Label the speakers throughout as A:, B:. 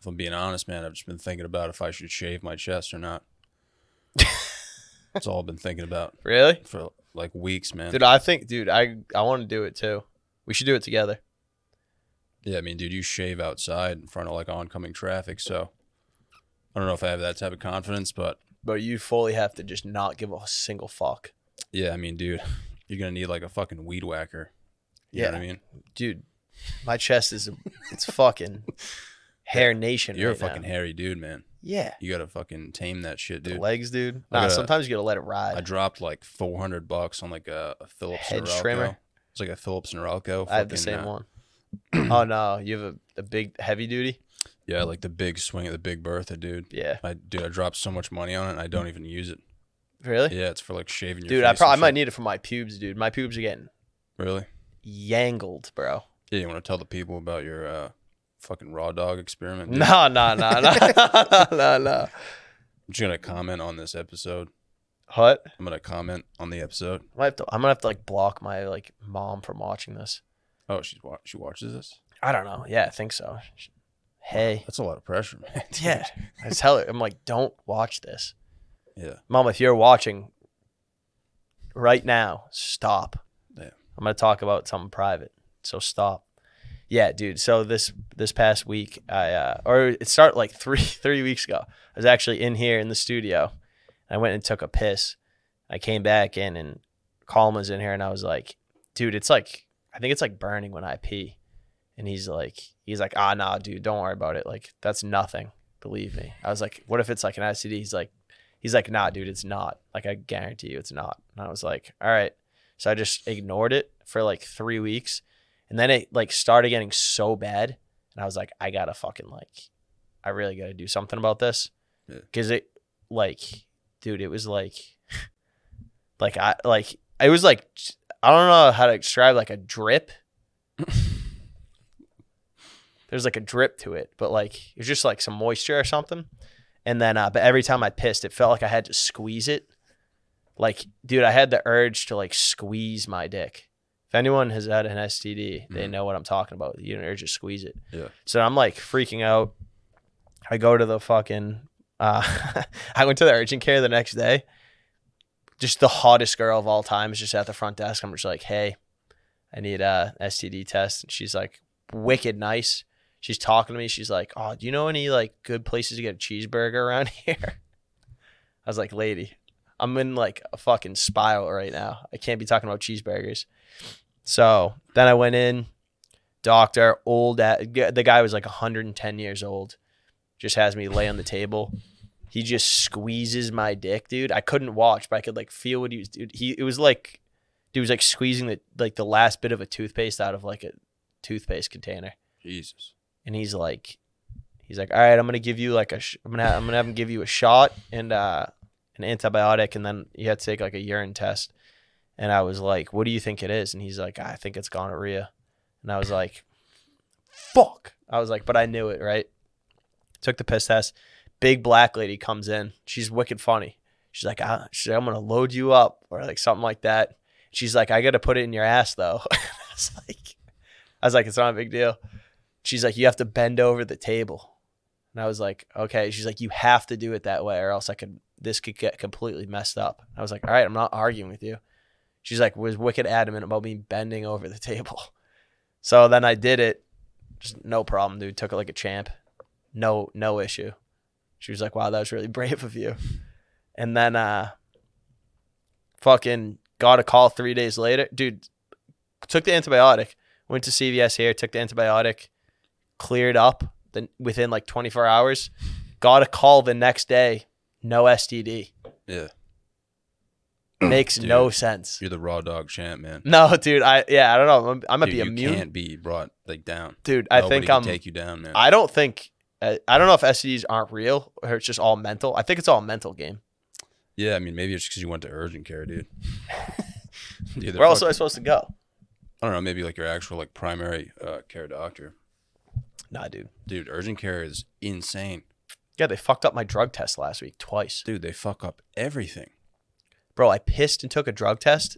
A: If I'm being honest, man, I've just been thinking about if I should shave my chest or not. That's all I've been thinking about
B: Really?
A: for like weeks, man.
B: Dude, I think dude, I I want to do it too. We should do it together.
A: yeah, I mean, dude, you shave outside in front of like oncoming traffic, so I don't know if I have that type of confidence, but
B: But you fully have to just not give a single fuck.
A: yeah, I mean, dude, you're gonna need like a fucking weed whacker. You know what I mean?
B: Dude, my chest is it's fucking hair nation.
A: You're
B: right
A: a
B: now.
A: fucking hairy dude, man.
B: Yeah.
A: You gotta fucking tame that shit,
B: The
A: dude.
B: legs, dude.
A: I
B: Nah,
A: gotta-
B: sometimes you gotta let it
A: I
B: ride.
A: dropped like 400 bucks on like a, a Phillips
B: Hedge
A: Norelco.
B: trimmer?
A: It's like a Phillips Norelco.
B: I, have
A: fucking,
B: the
A: uh,
B: same one. oh no, you have a, a big heavy duty?
A: Yeah, like the big swing of the Big Bertha, dude.
B: Yeah.
A: I dude, I dropped so much money on it, and I don't even use it.
B: Really?
A: Yeah, it's for like shaving your.
B: dude, I
A: face and
B: probably might
A: shit.
B: need it for my pubes, dude. My pubes are getting
A: Really?
B: yangled, bro.
A: Yeah, you want to tell the people about your uh, fucking raw dog experiment? dude?
B: No, no, no, no, no, no, no.
A: I'm just gonna comment on this episode.
B: Hut.
A: I'm gonna comment on the episode.
B: I might have to, I'm gonna have to like block my like mom from watching this.
A: Oh, she's wa- she watches this.
B: I don't know. Yeah, I think so. Hey,
A: That's a lot of pressure, man. dude.
B: yeah. I tell her, I'm like, don't watch this,
A: Yeah.
B: mom. If you're watching right now, stop.
A: Yeah.
B: I'm gonna talk about something private, so stop. Yeah, dude. So this this past week, I uh, or it started like three three weeks ago. I was actually in here in the studio. I went and took a piss. I came back in and Colin was in here and I was like, dude, it's like I think it's like burning when I pee. And he's like, he's like, ah nah, dude, don't worry about it. Like, that's nothing. Believe me. I was like, what if it's like an STD? He's like, he's like, nah, dude, it's not. Like, I guarantee you it's not. And I was like, all right. So I just ignored it for like three weeks. And then it like started getting so bad. And I was like, I gotta fucking like, I really gotta do something about this.
A: Yeah.
B: Cause it like, dude, it was like like I like it was like I don't know how to describe like a drip. There's like a drip to it, but like it was just like some moisture or something. And then, uh, but every time I pissed, it felt like I had to squeeze it. Like, dude, I had the urge to like squeeze my dick. If anyone has had an STD, they
A: Mhm.
B: know what I'm talking about. You urge to squeeze it.
A: Yeah.
B: So I'm like freaking out. I go to the fucking. Uh, I went to the urgent care the next day just the hottest girl of all time is just at the front desk. I'm just like, hey, I need a STD test. And she's like, wicked nice. She's talking to me. She's like, oh, do you know any like good places to get a cheeseburger around here? I was like, lady, I'm in like a fucking spiral right now. I can't be talking about cheeseburgers. So then I went in, doctor, old, at, the guy was like 110 years old, just has me lay on the table. He just squeezes my dick, dude. I couldn't watch, but I could like feel what he was. Dude, he it was like, dude was like squeezing the like the last bit of a toothpaste out of like a toothpaste container,
A: Jesus.
B: and he's like, he's like, all right, I'm gonna give you like a, sh- I'm gonna ha- I'm gonna have him give you a shot and uh an antibiotic, and then you had to take like a urine test. And I was like, what do you think it is? And he's like, I think it's gonorrhea. And I was like, fuck. I was like, but I knew it, right? Took the piss test. Big black lady comes in. She's wicked funny. She's like, I, she's like, I'm gonna load you up or like something like that. She's like, I gotta put it in your ass though. I was like, I was like, it's not a big deal. She's like, you have to bend over the table. And I was like, okay. She's like, you have to do it that way, or else I could this could get completely messed up. I was like, all right, I'm not arguing with you. She's like, was wicked adamant about me bending over the table. So then I did it. Just no problem, dude. Took it like a champ. No, no issue. She was like, wow, that was really brave of you. And then uh fucking got a call three days later. Dude, took the antibiotic, went to CVS here, took the antibiotic, cleared up then within like 24 hours, got a call the next day, no STD.
A: Yeah,
B: Makes
A: Dude.
B: no sense.
A: you're the raw dog champ, man.
B: No, dude, I yeah, I don't know. I'm, I'm gonna
A: Dude,
B: be
A: you
B: immune,
A: can't be brought like down.
B: dude. I
A: Nobody
B: think
A: can
B: I'm.
A: take you down, man.
B: I don't think. I I don't know if STDs aren't real or it's just all mental. I think it's all a mental game.
A: yeah, I mean, maybe it's because you went to urgent care, dude. dude they're
B: Where else am I
A: fucking-
B: supposed to go?
A: I don't know, maybe like your actual like primary uh, care doctor.
B: Nah, dude.
A: Dude, urgent care is insane.
B: Yeah, they fucked up my drug test last week twice.
A: Dude, they fuck up everything.
B: Bro, I pissed and took a drug test.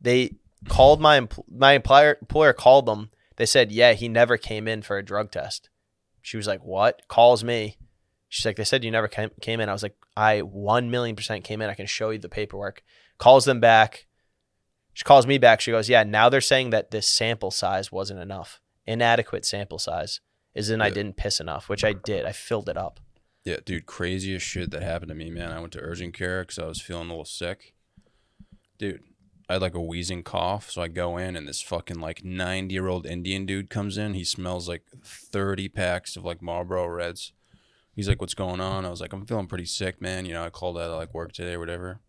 B: They called my empl- my employer employer called them. They said, "Yeah, he never came in for a drug test." She was like, "What?" Calls me. She's like, "They said you never came, came in." I was like, "I one million percent came in. I can show you the paperwork." Calls them back. She calls me back. She goes, "Yeah, now they're saying that this sample size wasn't enough. Inadequate sample size. Is in I
A: Yeah.
B: didn't piss enough, which I did. I filled it up.
A: Yeah, dude, craziest shit that happened to me, man. I went to urgent care because I was feeling a little sick. Dude, I had like a wheezing cough. So I go in, and this fucking like 90 year old Indian dude comes in. He smells like 30 packs of like Marlboro Reds. He's like, What's going on? I was like, I'm feeling pretty sick, man. You know, I called out of like work today or whatever.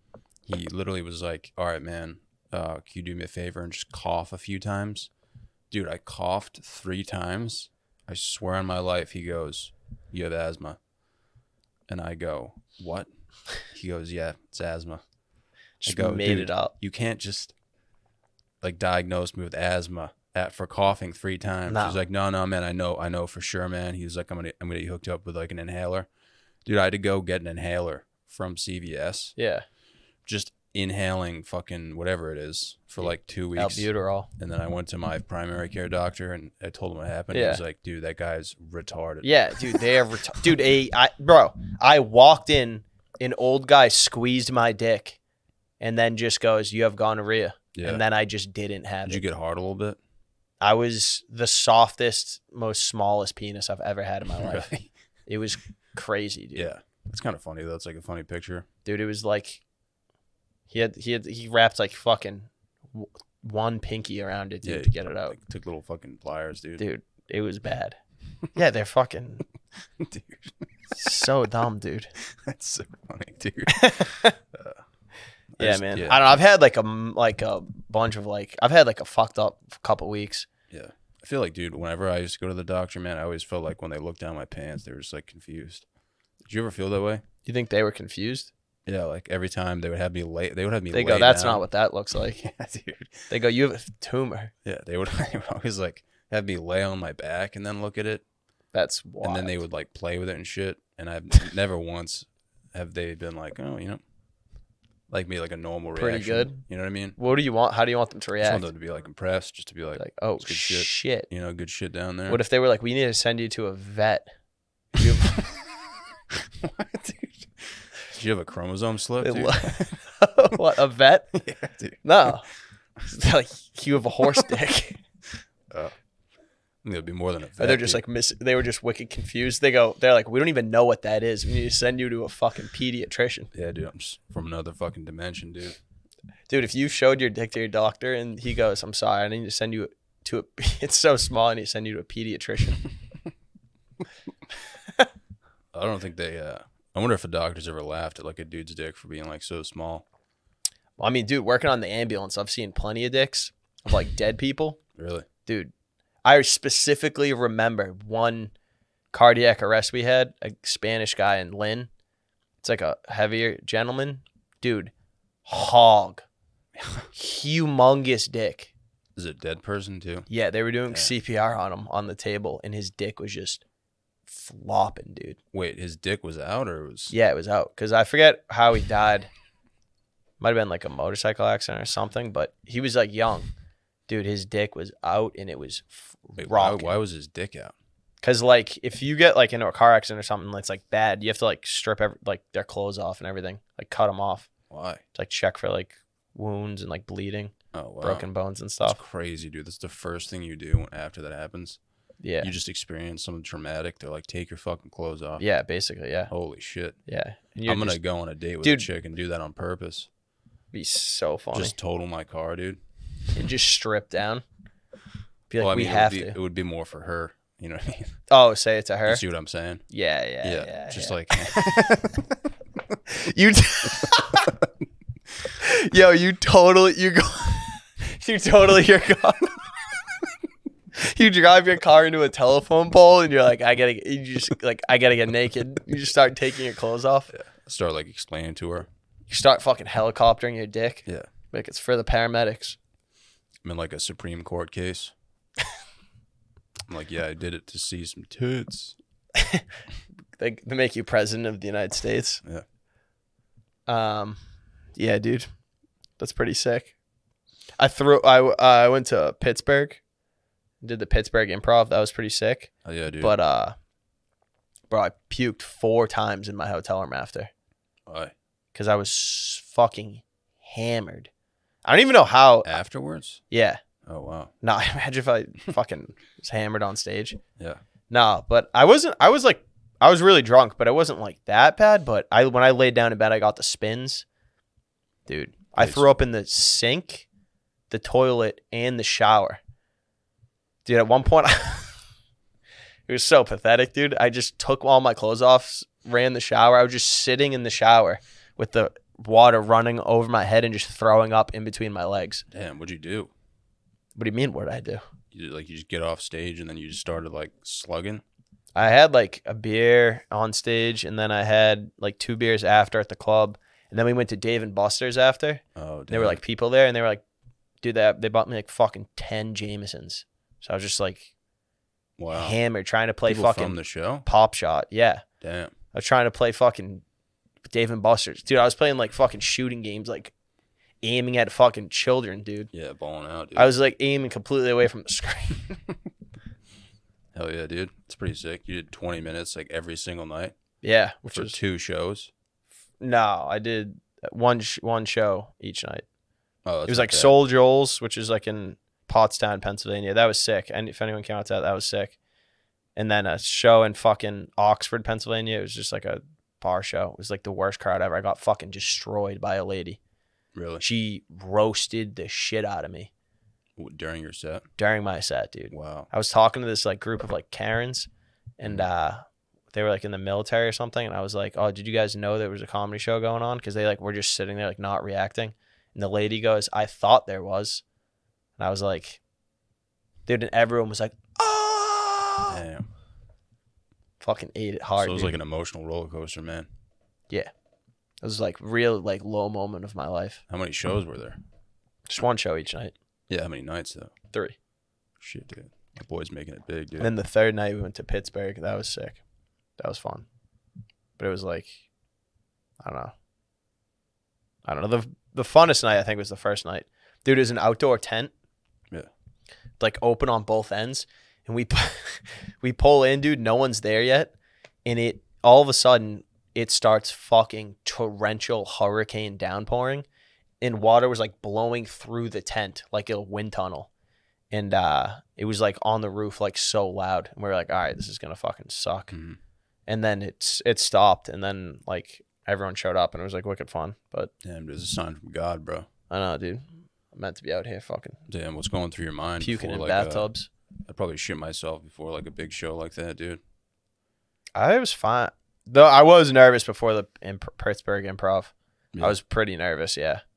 A: He literally was like, All right, man, uh, can you do me a favor and just cough a few times? Dude, I coughed three times. I swear on my life, he goes, You have asthma. And I go, What? He goes, Yeah, it's asthma.
B: Just
A: go,
B: made
A: dude.
B: it up.
A: You can't just like diagnose me with asthma at for coughing three times.
B: No.
A: She's like, No, no, man, I know, I know for sure, man. He was like, I'm gonna I'm gonna get you hooked up with like an inhaler. Dude, I had to go get an inhaler from CVS.
B: Yeah,
A: Just inhaling fucking whatever it is for like two weeks.
B: albuterol.
A: And then I went to my primary care doctor and I told him what happened. He
B: Yeah.
A: was like, dude, that guy's retarded.
B: Yeah, dude, they are. Ret- dude, a I bro, I walked in, an old guy squeezed my dick, and then just goes, "You have gonorrhea,"
A: Yeah.
B: and then I just didn't have
A: Did
B: it.
A: you get hard a little bit?
B: I was the softest, most smallest penis I've ever had in my life.
A: Really?
B: It was crazy, dude.
A: Yeah. It's kind of funny though. It's like a funny picture.
B: Dude, it was like he had he had he wrapped like fucking w- one pinky around it, dude,
A: Yeah,
B: to get it out.
A: Like, took little fucking pliers, dude.
B: Dude, it was bad. Yeah, they're fucking
A: Dude,
B: so dumb, dude.
A: that's so funny, dude. I
B: yeah,
A: just-
B: man.
A: yeah.
B: I don't. know, I've had like a m- like a bunch of like I've had like a fucked up couple weeks.
A: Yeah. I feel like, dude, whenever I used to go to the doctor, man, I always felt like when they looked down my pants, they were just like confused. Did you ever feel that way?
B: You think they were confused?
A: Yeah, like every time they would have me late, they would have me.
B: They go,
A: lay
B: "That's
A: down."
B: not what that looks like."
A: yeah, dude.
B: They go, "You have a tumor."
A: Yeah, they would, they would always like have me lay on my back and then look at it,
B: That's wild.
A: and then they would like play with it and shit. And I've never once have they been like, oh, you know, like me, like a normal
B: Pretty
A: reaction.
B: good.
A: You know what I mean?
B: What do you want? How do you want them to
A: I just want
B: react?
A: them to be like impressed, just to be like,
B: Like, oh
A: "It's good
B: shit.
A: shit." you know, good shit down there.
B: What if they were like, "We need to send you to a vet."
A: You what, dude? Did you have a chromosome slip?
B: It
A: Oh, Dude?
B: what a vet?
A: yeah, dude.
B: No. They're like you have a horse dick.
A: I think It'd be more than a.
B: Or
A: Vet,
B: they're just
A: dude.
B: like miss. They were just wicked confused. They go. They're like, we don't even know what that is. We need to send you to a fucking pediatrician.
A: yeah, dude. I'm just from another fucking dimension, dude.
B: dude, if you showed your dick to your doctor and he goes, "I'm sorry, I need to send you to a," it's so small, I need to send you to a pediatrician.
A: I don't think they. uh I wonder if a doctor's ever laughed at like a dude's dick for being like so small.
B: well, I mean, dude, working on the ambulance, I've seen plenty of dicks of like dead people,
A: Really?
B: dude. I specifically remember one cardiac arrest we had, a Spanish guy in Lynn. It's like a heavier gentleman, dude. Hog, humongous dick.
A: Is it a dead person too?
B: Yeah, they were doing
A: Yeah.
B: CPR on him on the table, and his dick was just flopping, dude.
A: Wait, his dick was out or it was?
B: Yeah, it was out because I forget how he died. Might have been like a motorcycle accident or something, but he was like young, dude. His dick was out and it was
A: Wait, why,
B: rocking.
A: why was his dick out?
B: Because like if you get like into a car accident or something that's like bad, you have to like strip every, like their clothes off and everything, like cut them off
A: Why?
B: to like check for like wounds and like bleeding,
A: Oh, wow.
B: broken bones and
A: That's
B: stuff.
A: crazy, dude. That's the first thing you do when- after that happens.
B: Yeah,
A: You just experience something traumatic. They're like, take your fucking clothes off.
B: yeah, basically, yeah,
A: Holy shit.
B: yeah. And you're
A: I'm gonna
B: just
A: go on a date with
B: Dude.
A: a chick and do that on purpose.
B: be so funny.
A: Just total my car, dude.
B: and just strip down. Be like,
A: Well, I
B: we
A: mean,
B: have
A: it would, be,
B: to.
A: it would be more for her. You know what I mean?
B: Oh, say it to her.
A: You see what I'm saying?
B: Yeah, yeah, yeah.
A: just
B: yeah.
A: like
B: You, t- yo, you totally you go, you totally your car. you drive your car into a telephone pole, and you're like, I gotta, get, you just like, I gotta get naked. You just start taking your clothes off.
A: start like explaining to her.
B: You start fucking helicoptering your dick.
A: Yeah.
B: like it's for the paramedics.
A: I'm in like a Supreme Court case. I'm like, yeah, I did it to see some toots.
B: They, they make you president of the United States.
A: Yeah.
B: Um, yeah, dude, that's pretty sick. I threw. I w- I went to Pittsburgh, did the Pittsburgh Improv. That was pretty sick.
A: Oh yeah, dude.
B: But uh, Bro, I puked four times in my hotel room after
A: Why?
B: because I was s- fucking hammered. I don't even know how.
A: Afterwards?
B: Yeah.
A: Oh wow.
B: No, nah, imagine if I fucking was hammered on stage.
A: Yeah.
B: Nah, but I wasn't. I was like, I was really drunk, but I wasn't like that bad. But I when I laid down in bed, I got the spins, dude. I
A: Nice.
B: threw up in the sink, the toilet, and the shower, dude. At one point, it was so pathetic, dude. I just took all my clothes off, ran the shower. I was just sitting in the shower with the water running over my head and just throwing up in between my legs.
A: Damn. What'd you do?
B: What do you mean? What did I do?
A: You like you just get off stage and then you just started like slugging.
B: I had like a beer on stage, and then I had like two beers after at the club, and then we went to Dave and Buster's after. and
A: Oh, damn.
B: There were like people there, and they were like, "Dude, that they bought me like fucking ten Jamesons." So I was just like
A: wow.
B: hammered, trying to play
A: People
B: fucking
A: from the show.
B: pop shot. Yeah,
A: Damn.
B: I was trying to play fucking Dave and Buster's, dude. I was playing like fucking shooting games, like aiming at fucking children, dude.
A: Yeah, balling out, dude.
B: I was like aiming completely away from the screen.
A: Hell yeah, dude. It's pretty sick. You did 20 minutes like every single night
B: yeah, which
A: for
B: was
A: two shows.
B: no, I did one sh- one show each night.
A: Oh,
B: it was like Soul Joel's, which is like in Pottstown, Pennsylvania. That was sick. And if anyone came out to that, that was sick. And then a show in fucking Oxford, Pennsylvania. It was just like a bar show. It was like the worst crowd ever. I got fucking destroyed by a lady.
A: Really?
B: She roasted the shit out of me
A: W- During your set?
B: during my set, dude.
A: Wow.
B: I was talking to this like group of like Karens and
A: Mm-hmm.
B: uh they were like in the military or something and I was like, "Oh, did you guys know there was a comedy show going on?" cuz they like were just sitting there like not reacting. And the lady goes, "I thought there was." And I was like, dude, and everyone was like, "Oh!"
A: Damn.
B: Fucking ate it hard.
A: so it was
B: dude.
A: like an emotional roller coaster, man.
B: it was like real like low moment of my life.
A: How many shows were there?
B: Just one show each night.
A: Yeah, how many nights though?
B: 3.
A: Shit, dude. The boy's making it big, dude.
B: And then the third night we went to Pittsburgh. That was sick. That was fun. But it was like, I don't know. I don't know. The the funnest night I think was the first night. Dude, it was an outdoor tent.
A: Yeah.
B: Like open on both ends, and we pu- we pull in, dude. No one's there yet, and it all of a sudden it starts fucking torrential hurricane downpouring, and water was like blowing through the tent like a wind tunnel and uh it was like on the roof like so loud and we were like all right this is gonna fucking suck
A: Mhm.
B: and then it's it stopped and then like everyone showed up and it was like wicked fun but
A: Damn, dude, it's a sign from God, bro.
B: i know dude i'm meant to be out here fucking
A: Damn, what's going through your mind?
B: puking
A: before,
B: in
A: like, uh,
B: bathtubs
A: I'd probably shit myself before like a big show like that, dude.
B: i was fine though i was nervous before the imp- pittsburgh improv
A: Yeah.
B: i was pretty nervous yeah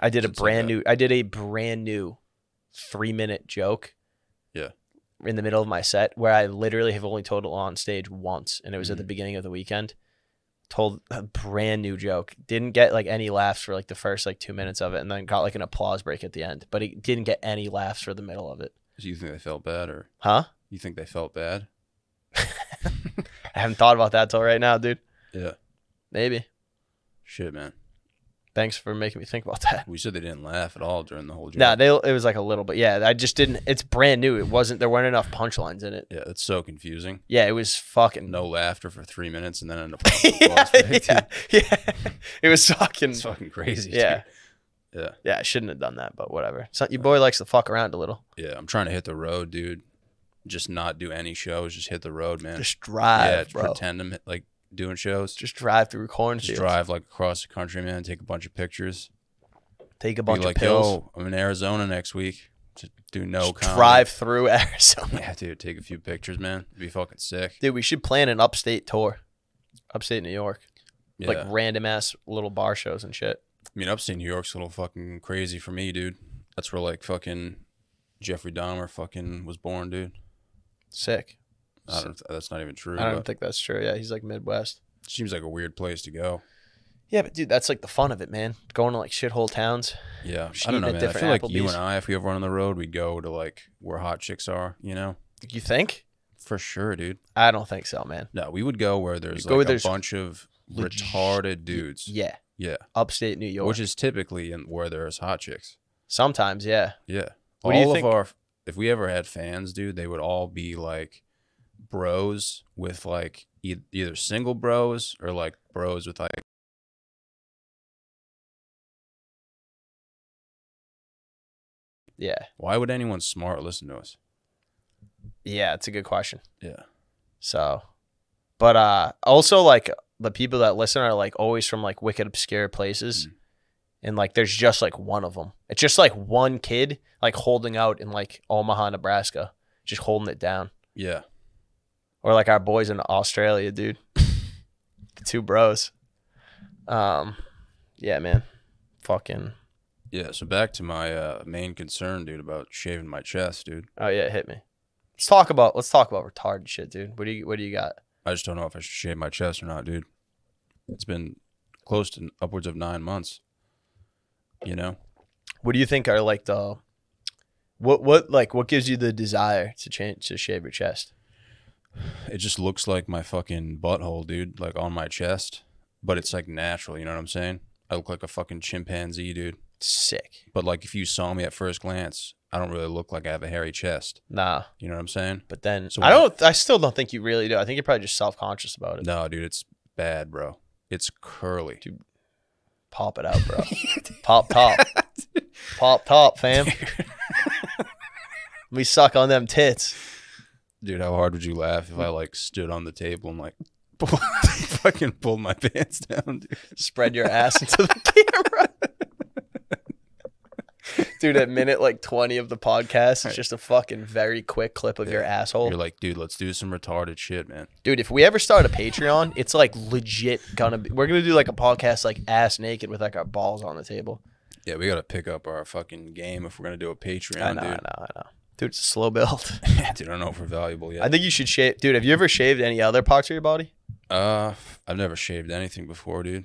B: i did a
A: It's like
B: brand
A: a-
B: new i did a brand new three minute joke
A: Yeah.
B: in the middle of my set where i literally have only told it on stage once and it was at
A: Mm.
B: the beginning of the weekend told a brand new joke didn't get like any laughs for like the first like two minutes of it and then got like an applause break at the end but it didn't get any laughs for the middle of it
A: So you think they felt bad or
B: huh
A: you think they felt bad?
B: i haven't thought about that till right now dude
A: Yeah.
B: maybe
A: Shit, man.
B: thanks for making me think about that
A: We said they didn't laugh at all during the whole joke.
B: No, they it was like a little bit. Yeah, I just didn't. It's brand new. It wasn't. There weren't enough punchlines in it.
A: yeah, that's so confusing.
B: Yeah, it was fucking.
A: No laughter for three minutes and then an applause.
B: yeah,
A: applause break,
B: Mm-hmm. yeah,
A: dude.
B: yeah. It was fucking.
A: It's fucking crazy.
B: Yeah.
A: dude. Yeah.
B: Yeah, I shouldn't have done that, but whatever. It's not, your boy likes to fuck around a little.
A: Yeah. I'm trying to hit the road, dude. Just not do any shows. Just hit the road, man.
B: Just
A: yeah.
B: drive,
A: just
B: bro.
A: pretend I'm like doing shows.
B: Just drive through cornfields.
A: Just drive like across the country, man. Take a bunch of pictures.
B: Take a
A: Be
B: bunch
A: like,
B: of pills.
A: yo, I'm in Arizona next week. Just do no
B: just
A: comedy.
B: drive through Arizona.
A: Yeah, dude. Take a few pictures, man. It'd be fucking sick.
B: Dude, we should plan an upstate tour, upstate New York,
A: Yeah.
B: like random ass little bar shows and shit.
A: I mean, upstate New York's a little fucking crazy for me, dude. That's where like fucking Jeffrey Dahmer fucking was born, dude.
B: Sick.
A: I don't. That's not even true.
B: I don't
A: but
B: think that's true. Yeah, he's like Midwest.
A: it seems like a weird place to go.
B: Yeah, but dude, that's like the fun of it, man. Going to like shithole towns.
A: Yeah,
B: Just
A: I don't
B: eating
A: know,
B: at
A: man. I
B: different
A: feel like you
B: Applebee's.
A: and I, if we ever went on the road, we go to like where hot chicks are. You know,
B: You think?
A: for sure, dude.
B: I don't think so, man.
A: No, we would go where there's
B: You go
A: like
B: where
A: a
B: there's
A: bunch of
B: leg-
A: retarded dudes.
B: Yeah,
A: Yeah,
B: upstate New York.
A: which is typically in where there's hot chicks.
B: Sometimes, yeah.
A: Yeah,
B: What do you
A: all of
B: think-
A: our if we ever had fans, dude, they would all be like bros with like e- either single bros or like bros with like
B: Yeah.
A: why would anyone smart listen to us?
B: Yeah, it's a good question.
A: Yeah.
B: So, but uh also like the people that listen are like always from like wicked obscure places.
A: Mhm.
B: And like there's just like one of them. It's just like one kid like holding out in like Omaha, Nebraska, just holding it down.
A: Yeah.
B: Or like our boys in Australia, dude. the two bros. Um yeah, man. Fucking
A: Yeah, so back to my uh, main concern, dude, about shaving my chest, dude.
B: Oh yeah, hit me. Let's talk about let's talk about retarded shit, dude. What do you what do you got?
A: I just don't know if I should shave my chest or not, dude. It's been close to upwards of nine months. You know?
B: What do you think are like the what what like what gives you the desire to change to shave your chest?
A: It just looks like my fucking butthole, dude, like on my chest. But it's like natural, you know what I'm saying? I look like a fucking chimpanzee, dude.
B: Sick.
A: But like if you saw me at first glance, I don't really look like I have a hairy chest.
B: Nah.
A: You know what I'm saying?
B: But then
A: So
B: I
A: what-
B: don't I still don't think you really do. I think you're probably just self conscious about it.
A: No, dude, it's bad, bro. It's curly.
B: Pop it out, bro. pop top. Pop top, fam. we suck on them tits.
A: Dude, how hard would you laugh if I
B: Mm.
A: like stood on the table and like fucking pulled my pants down, dude?
B: Spread your ass into the camera. Dude, at minute like 20 of the podcast, it's just a fucking very quick clip of your asshole.
A: You're like, dude, let's do some retarded shit, man.
B: Dude, if we ever start a Patreon, it's like legit gonna be. We're gonna do like a podcast like ass naked with like our balls on the table.
A: Yeah, we gotta pick up our fucking game if we're gonna do a Patreon,
B: I know, I know, I know. Dude, it's a slow build.
A: dude. dude, I don't know if we're valuable yet.
B: I think you should shave. Dude, have you ever shaved any other parts of your body?
A: uh, I've never shaved anything before, dude.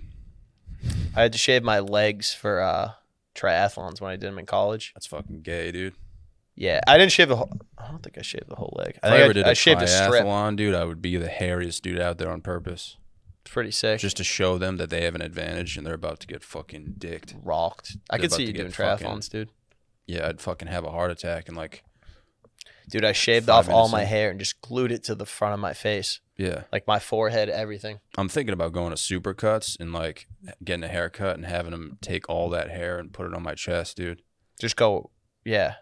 B: I had to shave my legs for uh triathlons when I did them in college.
A: That's fucking gay, dude.
B: Yeah, I didn't shave the whole. I don't think I shaved the whole leg.
A: If
B: I think I,
A: ever did
B: I
A: a
B: shaved a strip.
A: triathlon, dude, I would be the hairiest dude out there on purpose,
B: It's pretty sick.
A: just
B: Just
A: to show them that they have an advantage and they're about to get fucking dicked.
B: rocked. I
A: They're
B: could
A: about
B: see
A: to
B: you
A: get
B: doing
A: fucking-
B: triathlons, dude.
A: Yeah, I'd fucking have a heart attack and like,
B: Dude, I shaved
A: Five
B: off all
A: minutes
B: my
A: in.
B: hair and just glued it to the front of my face,
A: yeah.
B: like my forehead, everything.
A: I'm thinking about going to Supercuts and like getting a haircut and having them take all that hair and put it on my chest, dude.
B: Just go, yeah,